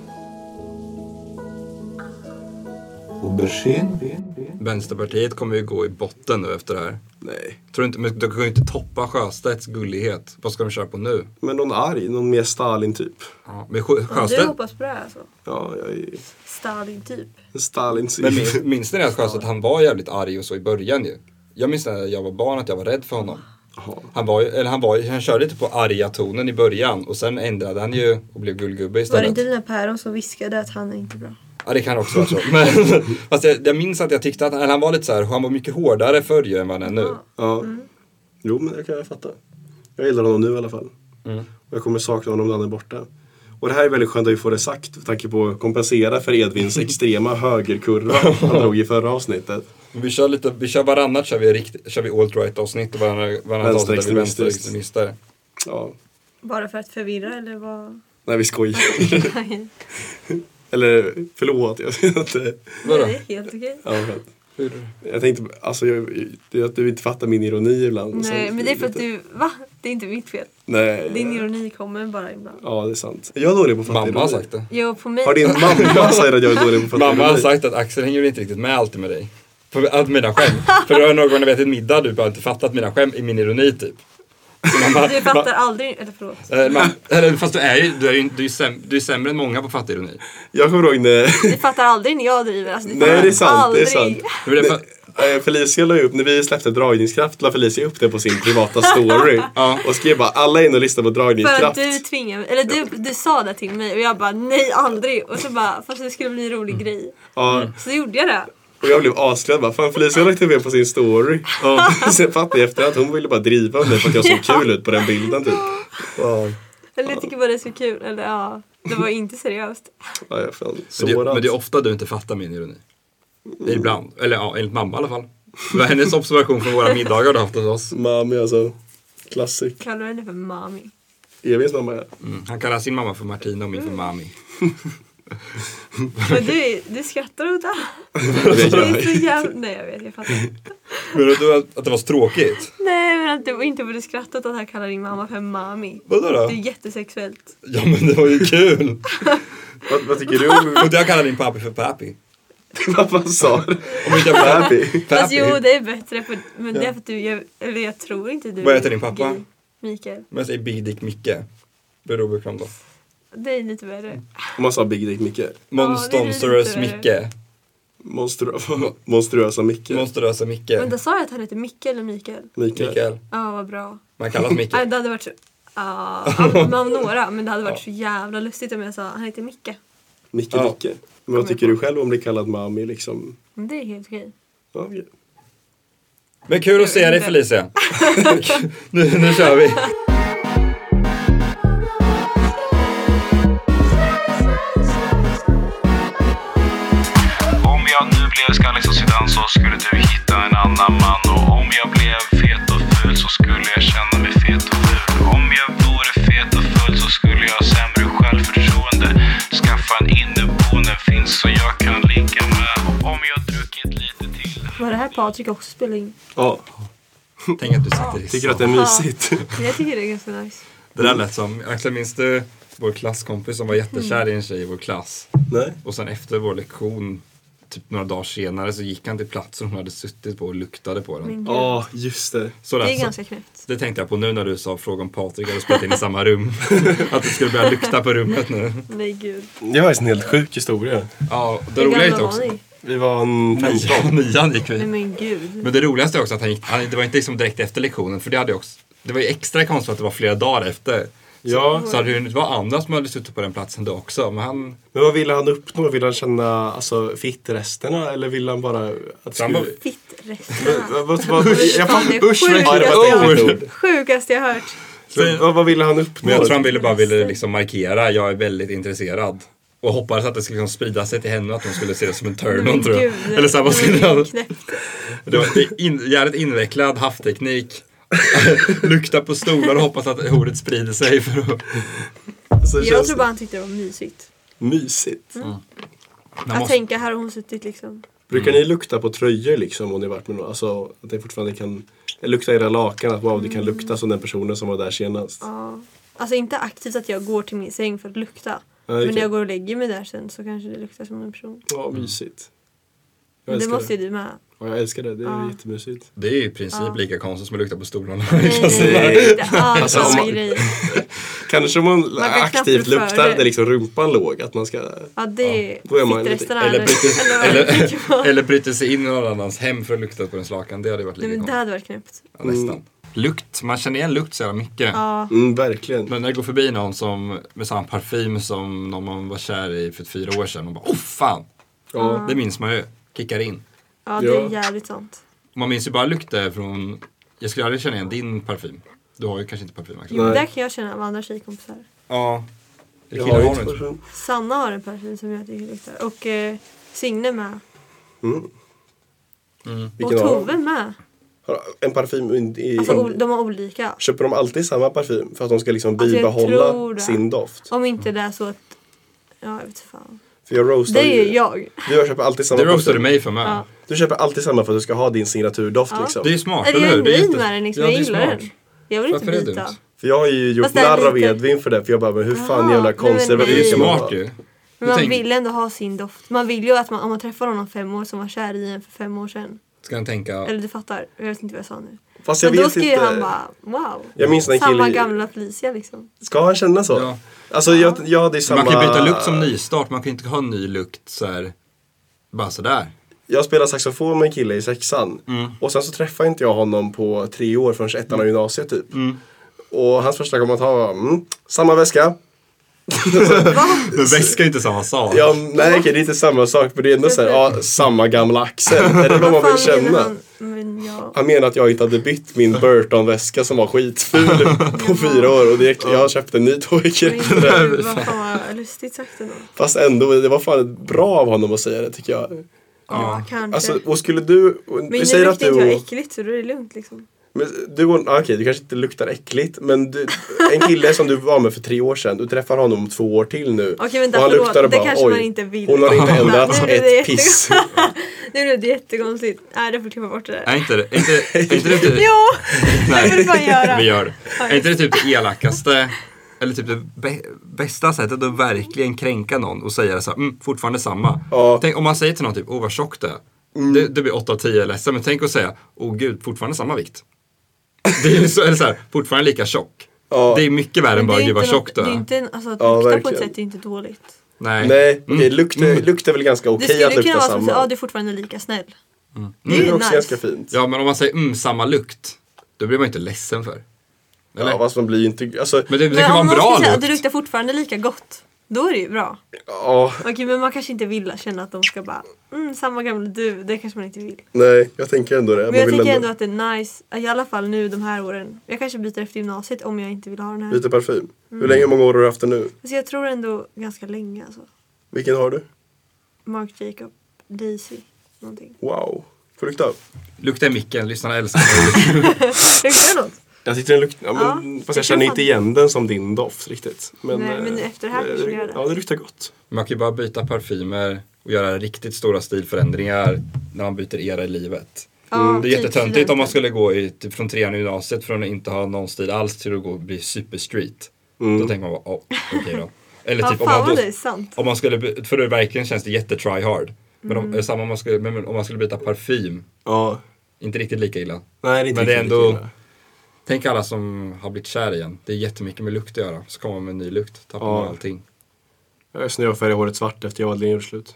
Speaker 2: Vänsterpartiet kommer ju gå i botten nu efter det här.
Speaker 1: Nej.
Speaker 2: Tror inte, men de kan ju inte toppa Sjöstedts gullighet. Vad ska de köra på nu?
Speaker 1: Men någon arg, någon mer Stalin typ.
Speaker 2: Ja, men Sjö-
Speaker 3: Du
Speaker 2: Sjöstedt,
Speaker 3: hoppas på det här alltså?
Speaker 1: Ja, jag är
Speaker 3: Stalin typ.
Speaker 1: en Stalin
Speaker 2: men min- minns ni det att Sjöstedt, han var jävligt arg och så i början ju. Jag minns när jag var barn att jag var rädd för honom.
Speaker 1: Jaha.
Speaker 2: Han, var ju, eller han, var, ju- han körde lite på arga tonen i början och sen ändrade han ju och blev gullgubbe
Speaker 3: Var det
Speaker 2: istället.
Speaker 3: inte dina päron som viskade att han är inte bra?
Speaker 2: Ja det kan också vara så. Men, fast jag, jag minns att jag tyckte att han, eller han var lite så här, han var mycket hårdare förr ju än vad han är nu.
Speaker 1: Ja. Jo, men det kan jag fatta. Jag gillar honom nu i alla fall. Och jag kommer sakna honom när han är borta. Och det här är väldigt skönt att vi får det sagt med tanke på att kompensera för Edvins extrema högerkurva han drog i förra avsnittet.
Speaker 2: Men Vi kör, lite, vi kör varannat kör vi, rikt, kör vi alt-right avsnitt och varannat, varannat avsnitt där vi
Speaker 1: Vänsterextremistiskt.
Speaker 2: vänsterextremister.
Speaker 1: Ja,
Speaker 3: Bara för att förvirra eller vad?
Speaker 1: nej vi skojar. Eller förlåt, jag vet inte.
Speaker 2: Vadå?
Speaker 3: Det är helt okej.
Speaker 1: Ja, men
Speaker 2: Hur?
Speaker 1: jag tänkte, alltså jag, det är att du inte fattar min ironi ibland. och så-
Speaker 3: Nej men det är för att du, va? Det är inte mitt fel.
Speaker 1: Nej.
Speaker 3: Din ironi kommer bara ibland.
Speaker 1: Ja, det är sant. Jag är dålig på att fatta
Speaker 2: Mamma har
Speaker 1: ironi.
Speaker 2: sagt det.
Speaker 3: Jo på mig.
Speaker 1: Har din mamma sagt att jag är dålig på att fatta
Speaker 2: Mamma har
Speaker 1: ironi?
Speaker 2: sagt att Axel hänger inte riktigt med alltid med dig. På allt mina skämt. För du har någon gång när vi ätit middag du bara inte fattat mina skämt i min ironi typ. Så mamma-
Speaker 3: Du fattar aldrig, eller förlåt.
Speaker 2: Eh, mamma- eller, fast du är ju, du är ju du är säm, du är sämre än många på att fatta ironi.
Speaker 1: Jag kommer ihåg när
Speaker 3: Du fattar aldrig när jag driver. Alltså, du
Speaker 1: Nej,
Speaker 3: fattar
Speaker 1: det är sant. Det är
Speaker 3: aldrig.
Speaker 1: sant.
Speaker 2: Hur är det för-
Speaker 1: Nej, eh, Felicia la ju upp, när vi släppte dragningskraft la Felicia upp det på sin privata story.
Speaker 2: Ja.
Speaker 1: Och skrev bara alla in och lyssnar på
Speaker 3: För att
Speaker 1: dragningskraft.
Speaker 3: du tvingade mig, eller du, du sa det till mig och jag bara nej aldrig och så bara fast det skulle bli en rolig grej.
Speaker 1: Ja,
Speaker 2: Mm.
Speaker 3: Så gjorde jag det.
Speaker 1: och jag blev avslöjad bara, fan Felicia la inte med på sin story. Sen fattade jag efter att hon ville bara driva med mig för att jag såg kul ut på den bilden typ. Ja,
Speaker 3: Eller jag tycker bara det är så kul. Eller ja, det var inte seriöst.
Speaker 1: jag är fan
Speaker 2: Men det,
Speaker 1: sårad.
Speaker 2: men det är ofta du inte fattar min ironi. Ibland. Eller ja, enligt mamma i alla fall. Det var hennes observation från våra middagar du haft hos oss.
Speaker 1: Mami alltså. Classic.
Speaker 3: Kallar du henne för mami?
Speaker 1: Evins mamma ja.
Speaker 2: Mm. Han kallar sin mamma för Martina och min för Mami.
Speaker 3: Men du, är- du skrattar åt det
Speaker 1: Det
Speaker 3: här. Det
Speaker 1: gör
Speaker 3: är
Speaker 1: jag.
Speaker 3: så jävla... Nej jag vet, jag fattar.
Speaker 2: Men du, att, att det var så tråkigt?
Speaker 3: Nej men att du inte borde skratta åt att han kallar din mamma för mami.
Speaker 2: Vadå
Speaker 3: Det
Speaker 2: då?
Speaker 3: är jättesexuellt.
Speaker 2: Ja men det var ju kul!
Speaker 1: Vad, vad tycker du om
Speaker 2: Och jag kallar din pappi för pappi.
Speaker 1: pappa sa det?
Speaker 2: Om inte jag pappi.
Speaker 1: Happy.
Speaker 3: Fast jo
Speaker 2: pappi.
Speaker 3: det är bättre för, men det är för att du, jag, eller jag tror inte du
Speaker 2: Vad heter
Speaker 3: är
Speaker 2: din pappa?
Speaker 3: gay, Mikael.
Speaker 2: Men jag säger Big Dick Micke. Blir du obekväm då?
Speaker 3: Det är lite värre.
Speaker 1: Om man sa Big Dick Micke.
Speaker 2: Monstonsterous
Speaker 3: det är lite-
Speaker 2: Micke.
Speaker 1: Monstru- monstruösa Micke.
Speaker 2: Monsterösa Micke.
Speaker 3: Vänta, sa jag att han heter Micke eller Mikael?
Speaker 1: Mikael.
Speaker 2: Mikael.
Speaker 3: Ja, vad bra.
Speaker 2: Man kallas Micke.
Speaker 3: Nej, det hade varit så... ja, ja, men av några, men det hade varit så jävla lustigt om jag sa han heter Micke.
Speaker 1: Micke
Speaker 2: Ja.
Speaker 1: Micke. Men vad tycker du själv om bli kallad mami liksom?
Speaker 3: Men det är helt okej.
Speaker 1: Ja, okej.
Speaker 2: Men kul att se dig Felicia. nu, nu kör vi.
Speaker 5: Om jag nu blev skallig som Zidane så skulle du hitta en annan man Och om jag blev fet och ful så skulle jag känna mig fet och ful Om jag vore fet och ful så skulle jag ha sämre självförtroende Skaffa en inneboende finns så jag kan ligga med Och om jag druckit lite till
Speaker 3: Var det här Patrik också spelade in?
Speaker 1: Ja,
Speaker 2: Tänk att du satte dig
Speaker 1: tycker du att det är mysigt?
Speaker 3: Jag tycker det är ganska nice.
Speaker 2: Det där lät som, Axel minns du vår klasskompis som var jättekär i en tjej i vår klass?
Speaker 1: Nej.
Speaker 2: Och sen efter vår lektion, typ några dagar senare, så gick han till platsen hon hade suttit på och luktade på den.
Speaker 3: Men gud,
Speaker 1: Ja, just det.
Speaker 2: så lät
Speaker 3: det är
Speaker 2: som-
Speaker 3: ganska knäppt.
Speaker 2: det tänkte jag på nu när du sa fråga om Patrik hade spelat in i samma rum. att det skulle börja lukta på rummet nu.
Speaker 3: Nej gud.
Speaker 1: Det var faktiskt en helt sjuk historia.
Speaker 2: Ja, och det roliga är ju
Speaker 3: gamla
Speaker 2: också,
Speaker 3: var ni?
Speaker 1: Vi var en 15.
Speaker 2: Nian, nian gick
Speaker 3: Nej
Speaker 2: vi.
Speaker 3: men gud.
Speaker 2: Men det roligaste är också att han gick, han, det var inte liksom direkt efter lektionen för det hade jag också, det var ju extra konstigt att det var flera dagar efter.
Speaker 1: Ja.
Speaker 2: Så hade det ju varit andra som hade suttit på den platsen då också. Men han,
Speaker 1: Men vad ville han uppnå? Ville han känna alltså, fittresterna eller ville han bara... Att
Speaker 2: han var,
Speaker 3: Fitt
Speaker 1: Vad- vad- vad- jag fattar-
Speaker 3: Det
Speaker 1: Usch, vad-
Speaker 3: sjukaste
Speaker 1: ja, det var ett
Speaker 3: jag
Speaker 1: äckligt
Speaker 3: hört.
Speaker 1: ord.
Speaker 3: Sjukaste jag hört.
Speaker 1: Så Vad, vad ville han uppnå?
Speaker 2: men jag tror han ville, bara ville liksom markera, jag är väldigt intresserad. Och hoppades att det skulle liksom sprida sig till henne, att hon skulle se det som en turn-on tror jag. Eller så här, vad skulle han-
Speaker 3: knäppt.
Speaker 2: Det var det är in, jävligt invecklad haftteknik. Lukta på stolar och hoppas att ordet sprider sig. För att,
Speaker 1: Så Alltså, det
Speaker 3: Jag
Speaker 1: känns
Speaker 3: tror bara Mm. han tyckte det var mysigt.
Speaker 1: Mysigt.
Speaker 3: Att
Speaker 2: man måste,
Speaker 3: tänka, här har hon suttit liksom.
Speaker 1: Brukar ni lukta på tröjor liksom om ni varit med någon? Alltså att ni fortfarande kan eller lukta i era lakan, att wow, det
Speaker 3: Mm.
Speaker 1: kan lukta som den personen som var där senast.
Speaker 3: Ja. Alltså inte aktivt att jag går till min säng för att lukta.
Speaker 1: Ja,
Speaker 3: Men
Speaker 1: okej.
Speaker 3: när jag går och lägger mig där sen så kanske det luktar som en person.
Speaker 1: Ja, mysigt. Jag
Speaker 3: Men det
Speaker 1: älskar
Speaker 3: måste
Speaker 1: det.
Speaker 3: ju du med.
Speaker 1: Ja, jag älskar det. Det är
Speaker 3: Ja.
Speaker 1: jättemysigt.
Speaker 2: det är ju i princip lika konstigt som att lukta på stolarna.
Speaker 3: Nej, nej, nej. Det är allt
Speaker 1: Alltså, om
Speaker 3: samma
Speaker 1: man-
Speaker 3: grejer.
Speaker 1: Kanske om man,
Speaker 3: kan knappt
Speaker 1: aktivt
Speaker 3: rå för
Speaker 1: luktar
Speaker 3: det.
Speaker 1: där liksom rumpan låg. Att man ska...
Speaker 3: Ja, det är
Speaker 1: då är man lite-
Speaker 3: fittresterna.
Speaker 2: Eller bryter,
Speaker 3: eller, vad det
Speaker 2: eller,
Speaker 3: kan vara.
Speaker 2: eller bryter sig in i någon annans hem för att lukta på ens lakan. Det hade ju varit
Speaker 3: Nej,
Speaker 2: lika
Speaker 3: men det
Speaker 2: konstigt.
Speaker 3: hade varit knäppt.
Speaker 2: Ja, nästan. Lukt, man känner igen lukt så jävla mycket.
Speaker 3: Ja.
Speaker 1: Mm, verkligen.
Speaker 2: Men när jag går förbi någon som, med samma parfym som någon man var kär i för fyra år sedan och bara oh fan!
Speaker 1: Ja.
Speaker 2: Det minns man ju, kickar in.
Speaker 3: Ja, det är
Speaker 1: Ja.
Speaker 3: jävligt sant.
Speaker 2: Man minns ju bara lukter från, jag skulle aldrig känna igen din parfym. Du har ju kanske inte parfym Axel.
Speaker 3: Jo,
Speaker 1: Nej.
Speaker 3: där kan jag känna av andra tjejkompisar.
Speaker 2: Ja. Eller
Speaker 1: Jag
Speaker 2: killar
Speaker 1: har ju
Speaker 2: har du
Speaker 1: inte
Speaker 2: inte.
Speaker 1: parfym.
Speaker 3: Sanna har en parfym som jag tycker luktar. Och eh, Signe med.
Speaker 1: Mm.
Speaker 3: Och
Speaker 1: Vilken av
Speaker 3: Tove
Speaker 1: dem?
Speaker 3: med.
Speaker 1: Har En parfym i- i...
Speaker 3: Alltså, o- de har olika.
Speaker 1: Köper de alltid samma parfym för att de ska liksom
Speaker 3: Alltså, jag tror
Speaker 1: bibehålla
Speaker 3: det.
Speaker 1: sin doft?
Speaker 3: Om inte det är så att... Ja, jag vet fan.
Speaker 1: För jag roastar
Speaker 3: Det är
Speaker 1: ju...
Speaker 3: ju jag.
Speaker 1: Du och jag köper alltid samma
Speaker 2: Du roastade
Speaker 1: parfym.
Speaker 2: mig för mig.
Speaker 3: Ja.
Speaker 1: Du köper alltid samma för att du ska ha din signaturdoft
Speaker 3: Ja.
Speaker 1: liksom.
Speaker 2: Det är ju smart,
Speaker 3: Eller
Speaker 2: eller
Speaker 3: jag
Speaker 2: hur?
Speaker 3: är
Speaker 2: Det
Speaker 3: nöjd
Speaker 2: jätte-
Speaker 3: med den liksom.
Speaker 2: Ja,
Speaker 3: Jag
Speaker 2: det är
Speaker 3: gillar
Speaker 2: smart.
Speaker 3: den. Jag vill
Speaker 2: Varför är
Speaker 3: inte
Speaker 2: det
Speaker 3: byta.
Speaker 2: dumt?
Speaker 1: För jag har ju gjort
Speaker 3: Fast det är
Speaker 1: narr av
Speaker 3: lite-
Speaker 1: Edvin för det. För jag bara, men hur
Speaker 3: Aha,
Speaker 1: fan jävla
Speaker 3: nej, men
Speaker 2: Det är
Speaker 1: konservativ
Speaker 2: ju
Speaker 3: Nej.
Speaker 1: kan man
Speaker 2: smart
Speaker 1: vara?
Speaker 2: ju.
Speaker 3: Men man
Speaker 2: tänk-
Speaker 3: vill ändå ha sin doft. Man vill ju att man, om man träffar någon om fem år som var kär i en för fem år sedan.
Speaker 2: Ska han tänka,
Speaker 3: Eller du fattar. Jag vet inte vad jag sa nu.
Speaker 1: Fast Alltså, jag
Speaker 3: Men då
Speaker 1: vet
Speaker 3: ska ju han
Speaker 1: inte.
Speaker 3: bara wow.
Speaker 1: Jag minns när en
Speaker 3: Samma
Speaker 1: kille-
Speaker 3: gamla Felicia liksom.
Speaker 1: Ska han känna så?
Speaker 2: Ja.
Speaker 1: Alltså jag, jag hade ju samma...
Speaker 2: man kan ju byta lukt som nystart, man kan ju inte ha ny lukt så här, bara sådär.
Speaker 1: Jag spelade saxofon med en kille i sexan.
Speaker 2: Mm.
Speaker 1: Och sen så träffade inte jag honom på tre år förrän ettan av gymnasiet typ.
Speaker 2: Mm.
Speaker 1: Och hans första kommentar var, mm, samma väska.
Speaker 2: Men väska är inte samma sak.
Speaker 1: Ja, nej okej, det är inte samma sak men det är ändå såhär, ja,
Speaker 2: Mm.
Speaker 1: samma gamla Axel. Är det vad man vill
Speaker 3: Fan, menar
Speaker 1: känna?
Speaker 3: han- Men jag...
Speaker 1: Han menar att jag inte hade bytt min Burton-väska som var skitful på fyra år och det, jag köpte en ny två veckor
Speaker 3: Men
Speaker 1: efter det.
Speaker 3: gud, vad fan vad lustigt sagt ändå.
Speaker 1: Fast ändå, det var fan bra av honom att säga det tycker jag.
Speaker 3: Ja, kanske.
Speaker 1: Alltså, och skulle du...
Speaker 3: men
Speaker 1: Vi säger att du
Speaker 3: inte jag
Speaker 1: och,
Speaker 3: äckligt så då är det lugnt liksom.
Speaker 1: men du, och ah, Okej, du kanske inte luktar äckligt men du, en kille som du var med för tre år sedan, du träffar honom om två år till nu.
Speaker 3: Okej, vänta,
Speaker 1: och han
Speaker 3: förlåt.
Speaker 1: luktar och
Speaker 3: Det
Speaker 1: bara,
Speaker 3: kanske
Speaker 1: oj,
Speaker 3: man inte vill."
Speaker 1: hon har inte
Speaker 3: Ja.
Speaker 1: ändrats
Speaker 3: Nu blev det
Speaker 1: ett piss.
Speaker 3: Nu blev det jättekonstigt. Nej, det får klippa bort det där.
Speaker 2: Är inte det, är inte, är inte det typ,
Speaker 3: Ja, det får du fan göra.
Speaker 2: vi gör det. Är inte det typ det elakaste, eller typ det bä- bästa sättet att verkligen kränka någon och säga det så här, mm, fortfarande samma.
Speaker 1: Ja. Mm.
Speaker 2: Tänk om man säger till någon typ, åh vad tjockt det är. Det, det blir 8 av 10 ledsen, men tänk att säga, åh gud, fortfarande samma vikt. Det är ju så, eller så här, fortfarande lika tjock.
Speaker 1: Ja.
Speaker 2: Det är mycket värre än
Speaker 3: Men
Speaker 2: bara,
Speaker 3: det är
Speaker 2: gud vad
Speaker 3: inte något-
Speaker 2: tjock du
Speaker 3: Det är
Speaker 2: är.
Speaker 3: inte, en- alltså att
Speaker 1: Ja,
Speaker 3: lukta på ett
Speaker 1: verkligen.
Speaker 3: sätt är inte dåligt.
Speaker 2: Nej. Mm.
Speaker 1: Nej, okej, lukt, är- lukt är väl ganska
Speaker 3: Det
Speaker 1: okej att
Speaker 3: skulle kunna
Speaker 1: lukta
Speaker 3: vara som
Speaker 1: samma.
Speaker 3: att ja, du är fortfarande lika snäll.
Speaker 2: Mm.
Speaker 1: det är
Speaker 3: ju
Speaker 1: också
Speaker 3: nice.
Speaker 1: ganska fint.
Speaker 2: Ja, men om man säger, mm, samma lukt. Då blir man ju inte ledsen för. Eller?
Speaker 1: Ja, fast man blir ju inte... Alltså,
Speaker 2: Men det, det
Speaker 3: Men
Speaker 2: kan vara
Speaker 3: om
Speaker 2: en
Speaker 3: någon
Speaker 2: bra
Speaker 3: skulle säga att
Speaker 2: lukt.
Speaker 3: det luktar fortfarande lika gott, då är det ju bra.
Speaker 1: ja,
Speaker 3: Okej, men man kanske inte vill känna att de ska bara mm, samma gamla du, det kanske man inte vill.
Speaker 1: nej, jag tänker ändå det.
Speaker 3: Men jag
Speaker 1: vill
Speaker 3: tycker ändå att det är nice, i alla fall nu de här åren. Jag kanske byter efter gymnasiet om jag inte vill ha den här.
Speaker 1: Byta parfym. Hur
Speaker 3: Mm.
Speaker 1: länge, hur många år har du haft den nu?
Speaker 3: Alltså jag tror ändå ganska länge alltså.
Speaker 1: Vilken har du?
Speaker 3: Mark Jacob, Daisy, någonting.
Speaker 1: Wow. Får du lukta? upp?
Speaker 2: Lukta i micken, lyssnarna älskar det.
Speaker 3: Luktar det något?
Speaker 1: Jag tyckte den luktade... Ja, men,
Speaker 3: Ja,
Speaker 1: fast
Speaker 3: det
Speaker 1: jag känner
Speaker 3: kan
Speaker 1: inte igen den som din doft riktigt. Men,
Speaker 3: Nej, men
Speaker 1: eh,
Speaker 3: efter det här
Speaker 1: eh,
Speaker 3: kanske du gör det.
Speaker 1: Ja, det luktar gott.
Speaker 2: Man kan ju bara byta parfymer och göra riktigt stora stilförändringar när man byter era i livet.
Speaker 3: Ja,
Speaker 2: Mm, Det är
Speaker 3: typ
Speaker 2: jättetöntigt om man
Speaker 3: studenten.
Speaker 2: skulle gå i, typ, från trean i gymnasiet från att inte ha någon stil alls till att gå och bli superstreet. Då tänker man bara, oh, okej då. Eller
Speaker 3: Ja,
Speaker 2: typ om
Speaker 3: fan
Speaker 2: man,
Speaker 3: vad
Speaker 2: då,
Speaker 3: det är sant.
Speaker 2: om man skulle, by- för det verkligen känns det jätte try hard. Men
Speaker 3: Mm.
Speaker 2: om, eh, samma om, man skulle, men om man skulle byta parfym,
Speaker 1: Ja.
Speaker 2: inte riktigt lika illa.
Speaker 1: Nej, det är inte
Speaker 2: Men det är
Speaker 1: riktigt
Speaker 2: ändå-
Speaker 1: lika illa.
Speaker 2: Tänk alla som har blivit kär igen. Det är jättemycket med lukt att göra. Så kommer man med en ny lukt, tappar
Speaker 1: Ja.
Speaker 2: man allting.
Speaker 1: Jag är snö och färgade håret svart efter jag och Adeline gjorde slut.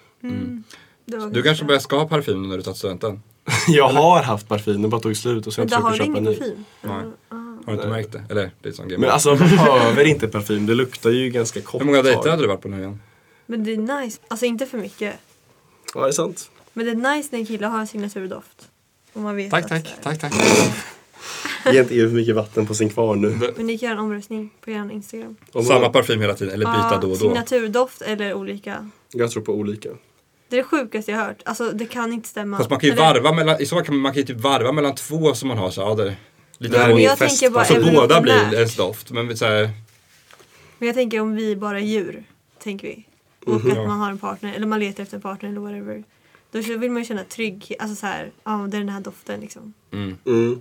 Speaker 3: Det var
Speaker 2: Du kanske börjar ska ha parfym nu när du tagit studenten?
Speaker 1: Jag har haft parfym, den bara tog slut och så
Speaker 3: Men
Speaker 1: jag
Speaker 3: där har
Speaker 1: försöker
Speaker 3: du
Speaker 1: köpa en
Speaker 3: ingen
Speaker 1: ny.
Speaker 3: parfym?
Speaker 2: Nej. Har du inte märkt det? Eller det är en sån grej.
Speaker 1: Men alltså man behöver inte parfym, det luktar ju ganska kort
Speaker 2: Hur många dejter
Speaker 1: tag.
Speaker 2: hade du varit på nu igen?
Speaker 3: Men det är nice. Alltså inte för mycket.
Speaker 1: Ja, det är sant.
Speaker 3: Men det är nice när en kille har en signaturdoft. Och man vet
Speaker 2: Tack,
Speaker 3: att
Speaker 2: tack,
Speaker 3: så här-
Speaker 2: tack, tack.
Speaker 1: Ge inte EU för mycket vatten på sin kvarn nu.
Speaker 3: Men ni kan göra en omröstning på er Instagram.
Speaker 1: Om
Speaker 2: Samma
Speaker 1: man-
Speaker 2: parfym hela tiden, eller byta då
Speaker 3: Ja,
Speaker 2: och då.
Speaker 3: Ah, Signaturdoft eller olika.
Speaker 1: Jag tror på olika.
Speaker 3: Det är det sjukaste jag hört. Alltså det kan inte stämma.
Speaker 2: Fast man kan ju
Speaker 3: Eller-
Speaker 2: varva mellan, i så fall kan man, man kan ju typ varva mellan två som man har så här, ja, det är lite
Speaker 1: Det här är
Speaker 2: på-
Speaker 1: min
Speaker 3: Jag
Speaker 1: fest.
Speaker 3: tänker bara
Speaker 2: Så
Speaker 3: även
Speaker 2: Alltså, båda
Speaker 3: om det
Speaker 2: blir
Speaker 3: där.
Speaker 2: ens doft, men så här,
Speaker 3: Men jag tänker om vi bara är djur, tänker vi. Och
Speaker 2: Mhm.
Speaker 3: att man har en partner, eller man letar efter en partner eller whatever. Då vill man ju känna trygg, alltså så här, ja det är den här doften liksom.
Speaker 1: Mm.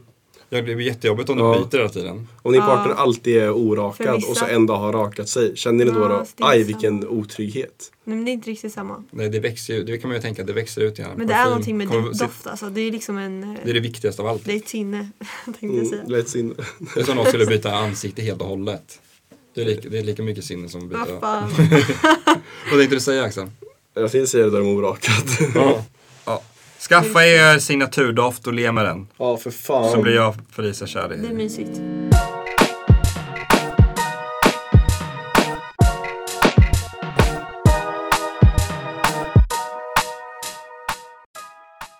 Speaker 2: ja, det blir jättejobbigt om
Speaker 1: Ja.
Speaker 2: du byter hela tiden.
Speaker 1: Om din partner alltid är orakad
Speaker 3: För
Speaker 1: och
Speaker 3: vissa-
Speaker 1: så en dag har rakat sig, känner ni då,
Speaker 3: Ja,
Speaker 1: då
Speaker 3: fast det är
Speaker 1: aj
Speaker 3: sant.
Speaker 1: vilken otrygghet?
Speaker 3: Nej, men det är inte riktigt samma.
Speaker 2: Nej, det växer ju, det kan man ju tänka, det växer ut igen.
Speaker 3: Men det är
Speaker 2: Parfym
Speaker 3: någonting med
Speaker 2: kommer-
Speaker 3: doft alltså. Det är liksom en, eh,
Speaker 2: Det är det viktigaste av allt.
Speaker 3: det är ett sinne, tänkte jag
Speaker 1: Mm,
Speaker 3: säga.
Speaker 1: lätt sinne.
Speaker 2: Det är som om någon skulle byta ansikte helt och hållet. Det är lika, det är lika mycket sinne som att
Speaker 3: Vad
Speaker 2: byta.
Speaker 3: fan.
Speaker 2: Vad tänkte du säga Axel?
Speaker 1: Jag tänkte säga det där om orakad.
Speaker 2: Ja. Skaffa er signaturdoft och le med den.
Speaker 1: ja, för fan.
Speaker 2: Så blir jag Felicia kär
Speaker 3: Det är
Speaker 2: i.
Speaker 3: mysigt.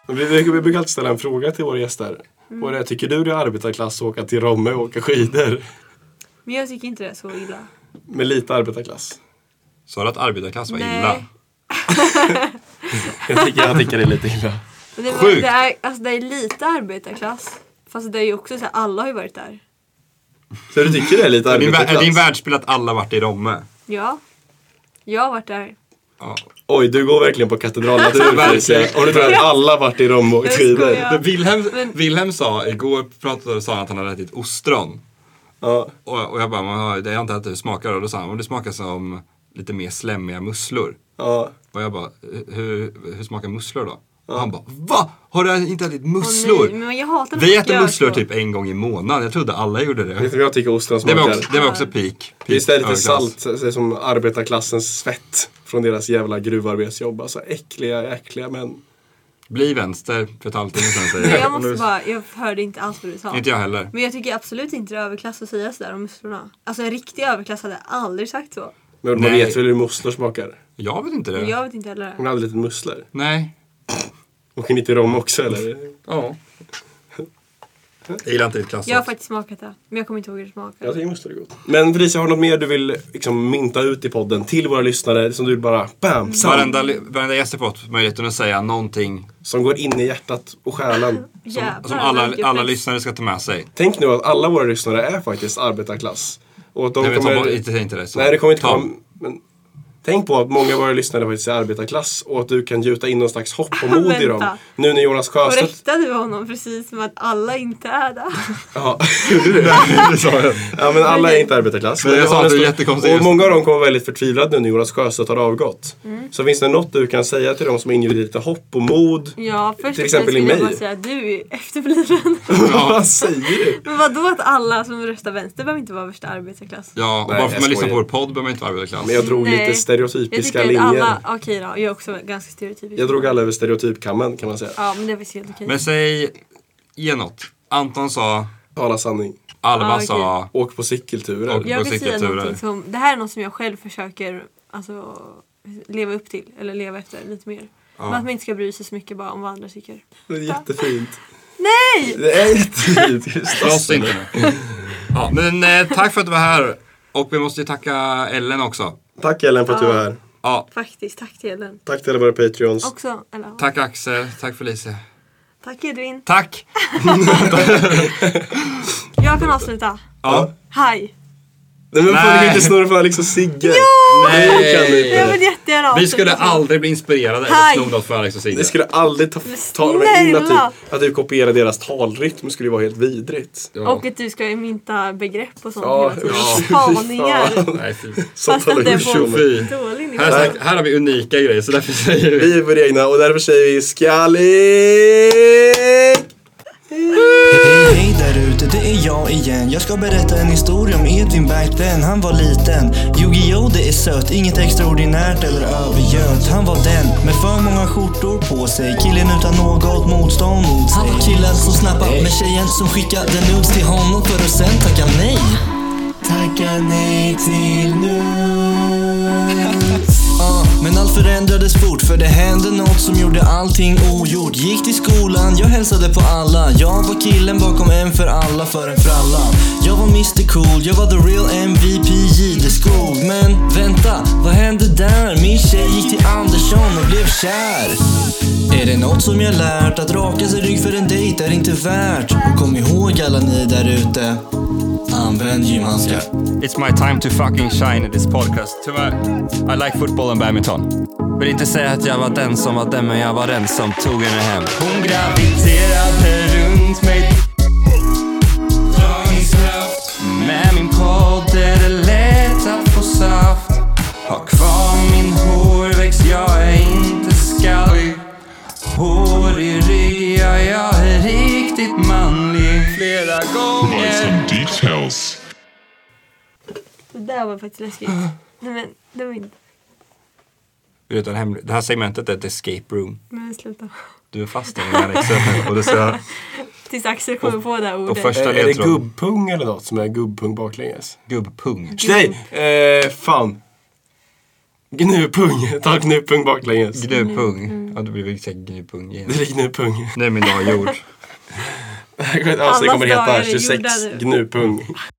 Speaker 1: Vi, vi, vi brukar alltid ställa en fråga till våra gäster.
Speaker 3: Mm.
Speaker 1: Och det är, tycker du det är arbetarklass att åka till Romme och åka skidor?
Speaker 3: Men jag tycker inte det är så illa.
Speaker 1: Med lite arbetarklass.
Speaker 2: Sa du att arbetarklass var
Speaker 3: Nej.
Speaker 2: illa?
Speaker 1: Jag tycker, jag tycker det är lite illa.
Speaker 3: Men det,
Speaker 2: Sjukt.
Speaker 3: det, är, alltså, det är lite arbetarklass. Fast det är ju också så här, alla har ju varit där.
Speaker 1: Så du tycker det är lite
Speaker 2: Är din, vä- är
Speaker 1: arbetarklass?
Speaker 2: din världsbild att alla varit i Romme?
Speaker 3: Ja. Jag har varit där.
Speaker 2: Ja.
Speaker 1: Oj, du går verkligen på katedralnatur Felicia. Och du tror att alla varit i Romme och åkt
Speaker 3: Jag
Speaker 1: skidor.
Speaker 3: skojar.
Speaker 2: Men Wilhelm,
Speaker 3: Men-
Speaker 2: Wilhelm sa igår, pratade, sa han att han hade ätit ostron.
Speaker 1: Ja.
Speaker 2: Och, och jag bara, man hör, det har jag inte ätit, hur smakar det? Och då sa han, "Men det smakar som lite mer slemmiga musslor.
Speaker 1: Ja.
Speaker 2: Och jag bara, hur, hur smakar musslor då? Och han bara, va? Har du inte ätit musslor?
Speaker 3: nej, men jag hatar när
Speaker 2: Vi
Speaker 3: folk
Speaker 2: äter
Speaker 3: gör
Speaker 2: musslor
Speaker 3: så.
Speaker 2: typ en gång i månaden. Jag trodde alla gjorde
Speaker 1: Vet du
Speaker 2: det.
Speaker 1: vad jag tycker ostron
Speaker 2: Det
Speaker 1: smakar?
Speaker 2: var också, det var också peak. peak
Speaker 1: Visst är det lite
Speaker 2: överklass.
Speaker 1: salt, så- så som arbetarklassens svett från deras jävla gruvarbetsjobb. Alltså äckliga, äckliga män.
Speaker 2: Bli vänster för ett halvtimme sen
Speaker 3: Men
Speaker 2: säger
Speaker 3: jag måste bara, jag hörde inte alls vad du sa.
Speaker 2: Inte jag heller.
Speaker 3: Men jag tycker absolut inte det är överklass att säga sådär om musslorna. Alltså en riktig överklass hade aldrig sagt så.
Speaker 1: Men man
Speaker 2: Nej.
Speaker 1: vet väl hur musslor smakar?
Speaker 2: Jag vet inte
Speaker 3: Men
Speaker 2: det.
Speaker 3: jag vet inte heller det.
Speaker 1: Hon hade lite musslor.
Speaker 2: Nej.
Speaker 1: Åker ni till Rom också eller?
Speaker 2: Ja. Jag gillar inte ditt klassat.
Speaker 3: Jag har faktiskt smakat det. Men jag kommer inte ihåg hur det smakar.
Speaker 1: Jag tycker musslor är gott. Men Felicia, har du något mer du vill liksom, mynta ut i podden till våra lyssnare som du vill bara bam, sam,
Speaker 2: Varenda, varenda gäst har fått möjligheten att säga någonting
Speaker 1: som går in i hjärtat och själen?
Speaker 3: Jävlar
Speaker 2: som alla,
Speaker 3: vilken
Speaker 2: alla
Speaker 3: fest.
Speaker 2: lyssnare ska ta med sig.
Speaker 1: Tänk nu att alla våra lyssnare är faktiskt arbetarklass. Och att de
Speaker 2: Nej, men ta
Speaker 1: kommer...
Speaker 2: bort, inte, säg inte det. Så.
Speaker 1: Nej, det kommer inte
Speaker 2: Ta-
Speaker 1: komma. Men tänk på att många av våra lyssnare faktiskt är arbetarklass och att du kan gjuta in någon slags hopp och mod i dem.
Speaker 3: Vänta.
Speaker 1: Nu när Jonas
Speaker 2: Alltså-
Speaker 1: Sjöstedt...
Speaker 3: Korrektade du honom precis som att alla inte är det?
Speaker 1: Ja, gjorde du det?
Speaker 2: Det sa jag.
Speaker 1: Ja, men alla är inte arbetarklass.
Speaker 2: Men jag
Speaker 1: Men
Speaker 2: sa att det är
Speaker 1: nästan-
Speaker 2: jättekonstigt.
Speaker 1: Och många av dem kommer vara väldigt förtvivlade nu när Jonas Sjöstedt har avgått.
Speaker 3: Mm.
Speaker 1: Så finns det något du kan säga till dem som ingjutit lite hopp och mod?
Speaker 3: Ja, först
Speaker 1: Till
Speaker 3: och
Speaker 1: exempel i
Speaker 3: främst vill jag
Speaker 1: mig.
Speaker 3: bara säga att du är efterbliven.
Speaker 1: Vad säger du?
Speaker 3: Men vadå att alla som röstar vänster behöver inte vara värsta arbetarklass?
Speaker 2: Ja, och
Speaker 1: Nej,
Speaker 2: bara för att
Speaker 1: jag
Speaker 2: man lyssnar på
Speaker 1: skojar.
Speaker 2: vår podd behöver man inte vara arbetarklass.
Speaker 1: Men jag drog lite
Speaker 3: Nej. Jag
Speaker 1: stereotypiska
Speaker 3: tycker
Speaker 1: linjer.
Speaker 3: att alla, okej då, jag är också ganska stereotypisk.
Speaker 1: Jag drog alla över stereotypkammen kan man säga.
Speaker 3: Ja men det är faktiskt helt okej.
Speaker 2: Men säg, ge något. Anton sa,
Speaker 1: Tala sanning.
Speaker 2: Alva
Speaker 3: Ja, okej.
Speaker 2: sa,
Speaker 1: Åk på cykelturer.
Speaker 2: Och-
Speaker 3: Jag
Speaker 2: på
Speaker 3: vill säga
Speaker 2: cykelturer.
Speaker 3: någonting som, det här är något som jag själv försöker alltså, leva upp till, eller leva efter lite mer. Men att man inte ska bry sig så mycket bara om vad andra tycker.
Speaker 1: Det är jättefint.
Speaker 3: Nej!
Speaker 1: Det är jättefint.
Speaker 2: slåss inte nu. Ja, men eh, tack för att du var här. Och vi måste ju tacka Ellen också.
Speaker 1: Tack Ellen för att du var här.
Speaker 2: Ja,
Speaker 3: Faktiskt, tack till Ellen.
Speaker 1: Tack till alla våra patreons.
Speaker 3: Också, eller ja.
Speaker 2: tack Axel, tack Felicia.
Speaker 3: tack Edvin.
Speaker 2: Tack!
Speaker 3: Jag kan avsluta.
Speaker 2: Ja.
Speaker 3: Hej!
Speaker 1: Nej men fan, du kan
Speaker 2: Nej.
Speaker 1: inte snurra för Alex och Sigge. Det kan du
Speaker 3: Jag
Speaker 1: inte.
Speaker 3: vill jättegärna
Speaker 2: Eh,
Speaker 3: avsluta.
Speaker 2: Vi skulle
Speaker 3: så.
Speaker 2: aldrig bli inspirerade eller
Speaker 3: Hej.
Speaker 2: sno något för Alex och Sigge.
Speaker 1: Det skulle aldrig ta,
Speaker 3: Men
Speaker 1: ta mig in att
Speaker 3: snälla.
Speaker 1: typ, att typ kopiera deras talrytm skulle ju vara helt vidrigt.
Speaker 2: Ja.
Speaker 3: Och att du ska mynta begrepp och sånt
Speaker 1: Ja,
Speaker 3: hela tiden.
Speaker 1: ja.
Speaker 3: Spaningar.
Speaker 2: Nej, fy.
Speaker 1: Sånt
Speaker 3: Fast att
Speaker 1: håller
Speaker 3: det
Speaker 1: vi
Speaker 3: är
Speaker 1: på
Speaker 3: på
Speaker 1: med.
Speaker 2: Fy.
Speaker 3: en dålig nivå.
Speaker 2: Här, har sagt, här har vi unika grejer så därför säger vi
Speaker 1: Vi är våra egna och därför säger vi skallig!
Speaker 6: Hej där ute, det är
Speaker 8: är jag igen. Jag ska berätta en historia om Edvin back then. Han var liten. Yu-Gi-Oh det är sött. Inget extraordinärt eller övergött. Han var den med för många skjortor på sig. Killen utan något motstånd mot sig.
Speaker 9: Han var killen som snappade med tjejen som skickade noobs till honom för att sen tacka nej. Tacka nej till noobs. Ah, Men allt förändrades fort för det hände något som gjorde allting ogjort Gick till skolan, jag hälsade på alla Jag var killen bakom en för alla för en fralla Jag var Mr Cool, jag var the real MVP Jideskog Men vänta, vad hände där? Min tjej gick till Andersson och blev kär är det något som jag lärt? Att raka sig rygg för en dejt är inte värt. Och kom ihåg alla ni där ute. Använd gymhandskar.
Speaker 2: It's my time to fucking shine in this podcast. Tyvärr. I like football and badminton. Vill inte säga att jag var den som var den, men jag var den som tog henne hem. Hon graviterade runt mig. Dragningskraft. Med min podd är det lätt att få saft. Har kvar min hårväxt, jag är inte skallig. Hår i rygg, ja, jag är riktigt manlig. Flera gånger.
Speaker 3: Det där var faktiskt läskigt. Nej men, det var inte...
Speaker 2: Utan hemlig. Det här segmentet är ett escape room.
Speaker 3: Men sluta.
Speaker 2: Du är fast i den här exen. Och det ser,
Speaker 3: Tills Axel kommer på det här
Speaker 2: och
Speaker 3: ordet.
Speaker 2: första
Speaker 1: Eh, Är, är det
Speaker 2: ledtråden.
Speaker 1: gubbpung eller något som är gubbpung baklänges?
Speaker 2: Gubbpung.
Speaker 1: Nej! Eh, fan. Gnupung. Ta gnupung baklänges.
Speaker 2: Gnupung. Ja, du blir säga gnupung igen.
Speaker 1: Det är gnupung.
Speaker 2: Nu är min dag gjord.
Speaker 1: Avsnittet kommer
Speaker 3: Alla
Speaker 1: heta
Speaker 3: stavar är gjorda
Speaker 1: 26
Speaker 3: nu.
Speaker 1: gnupung.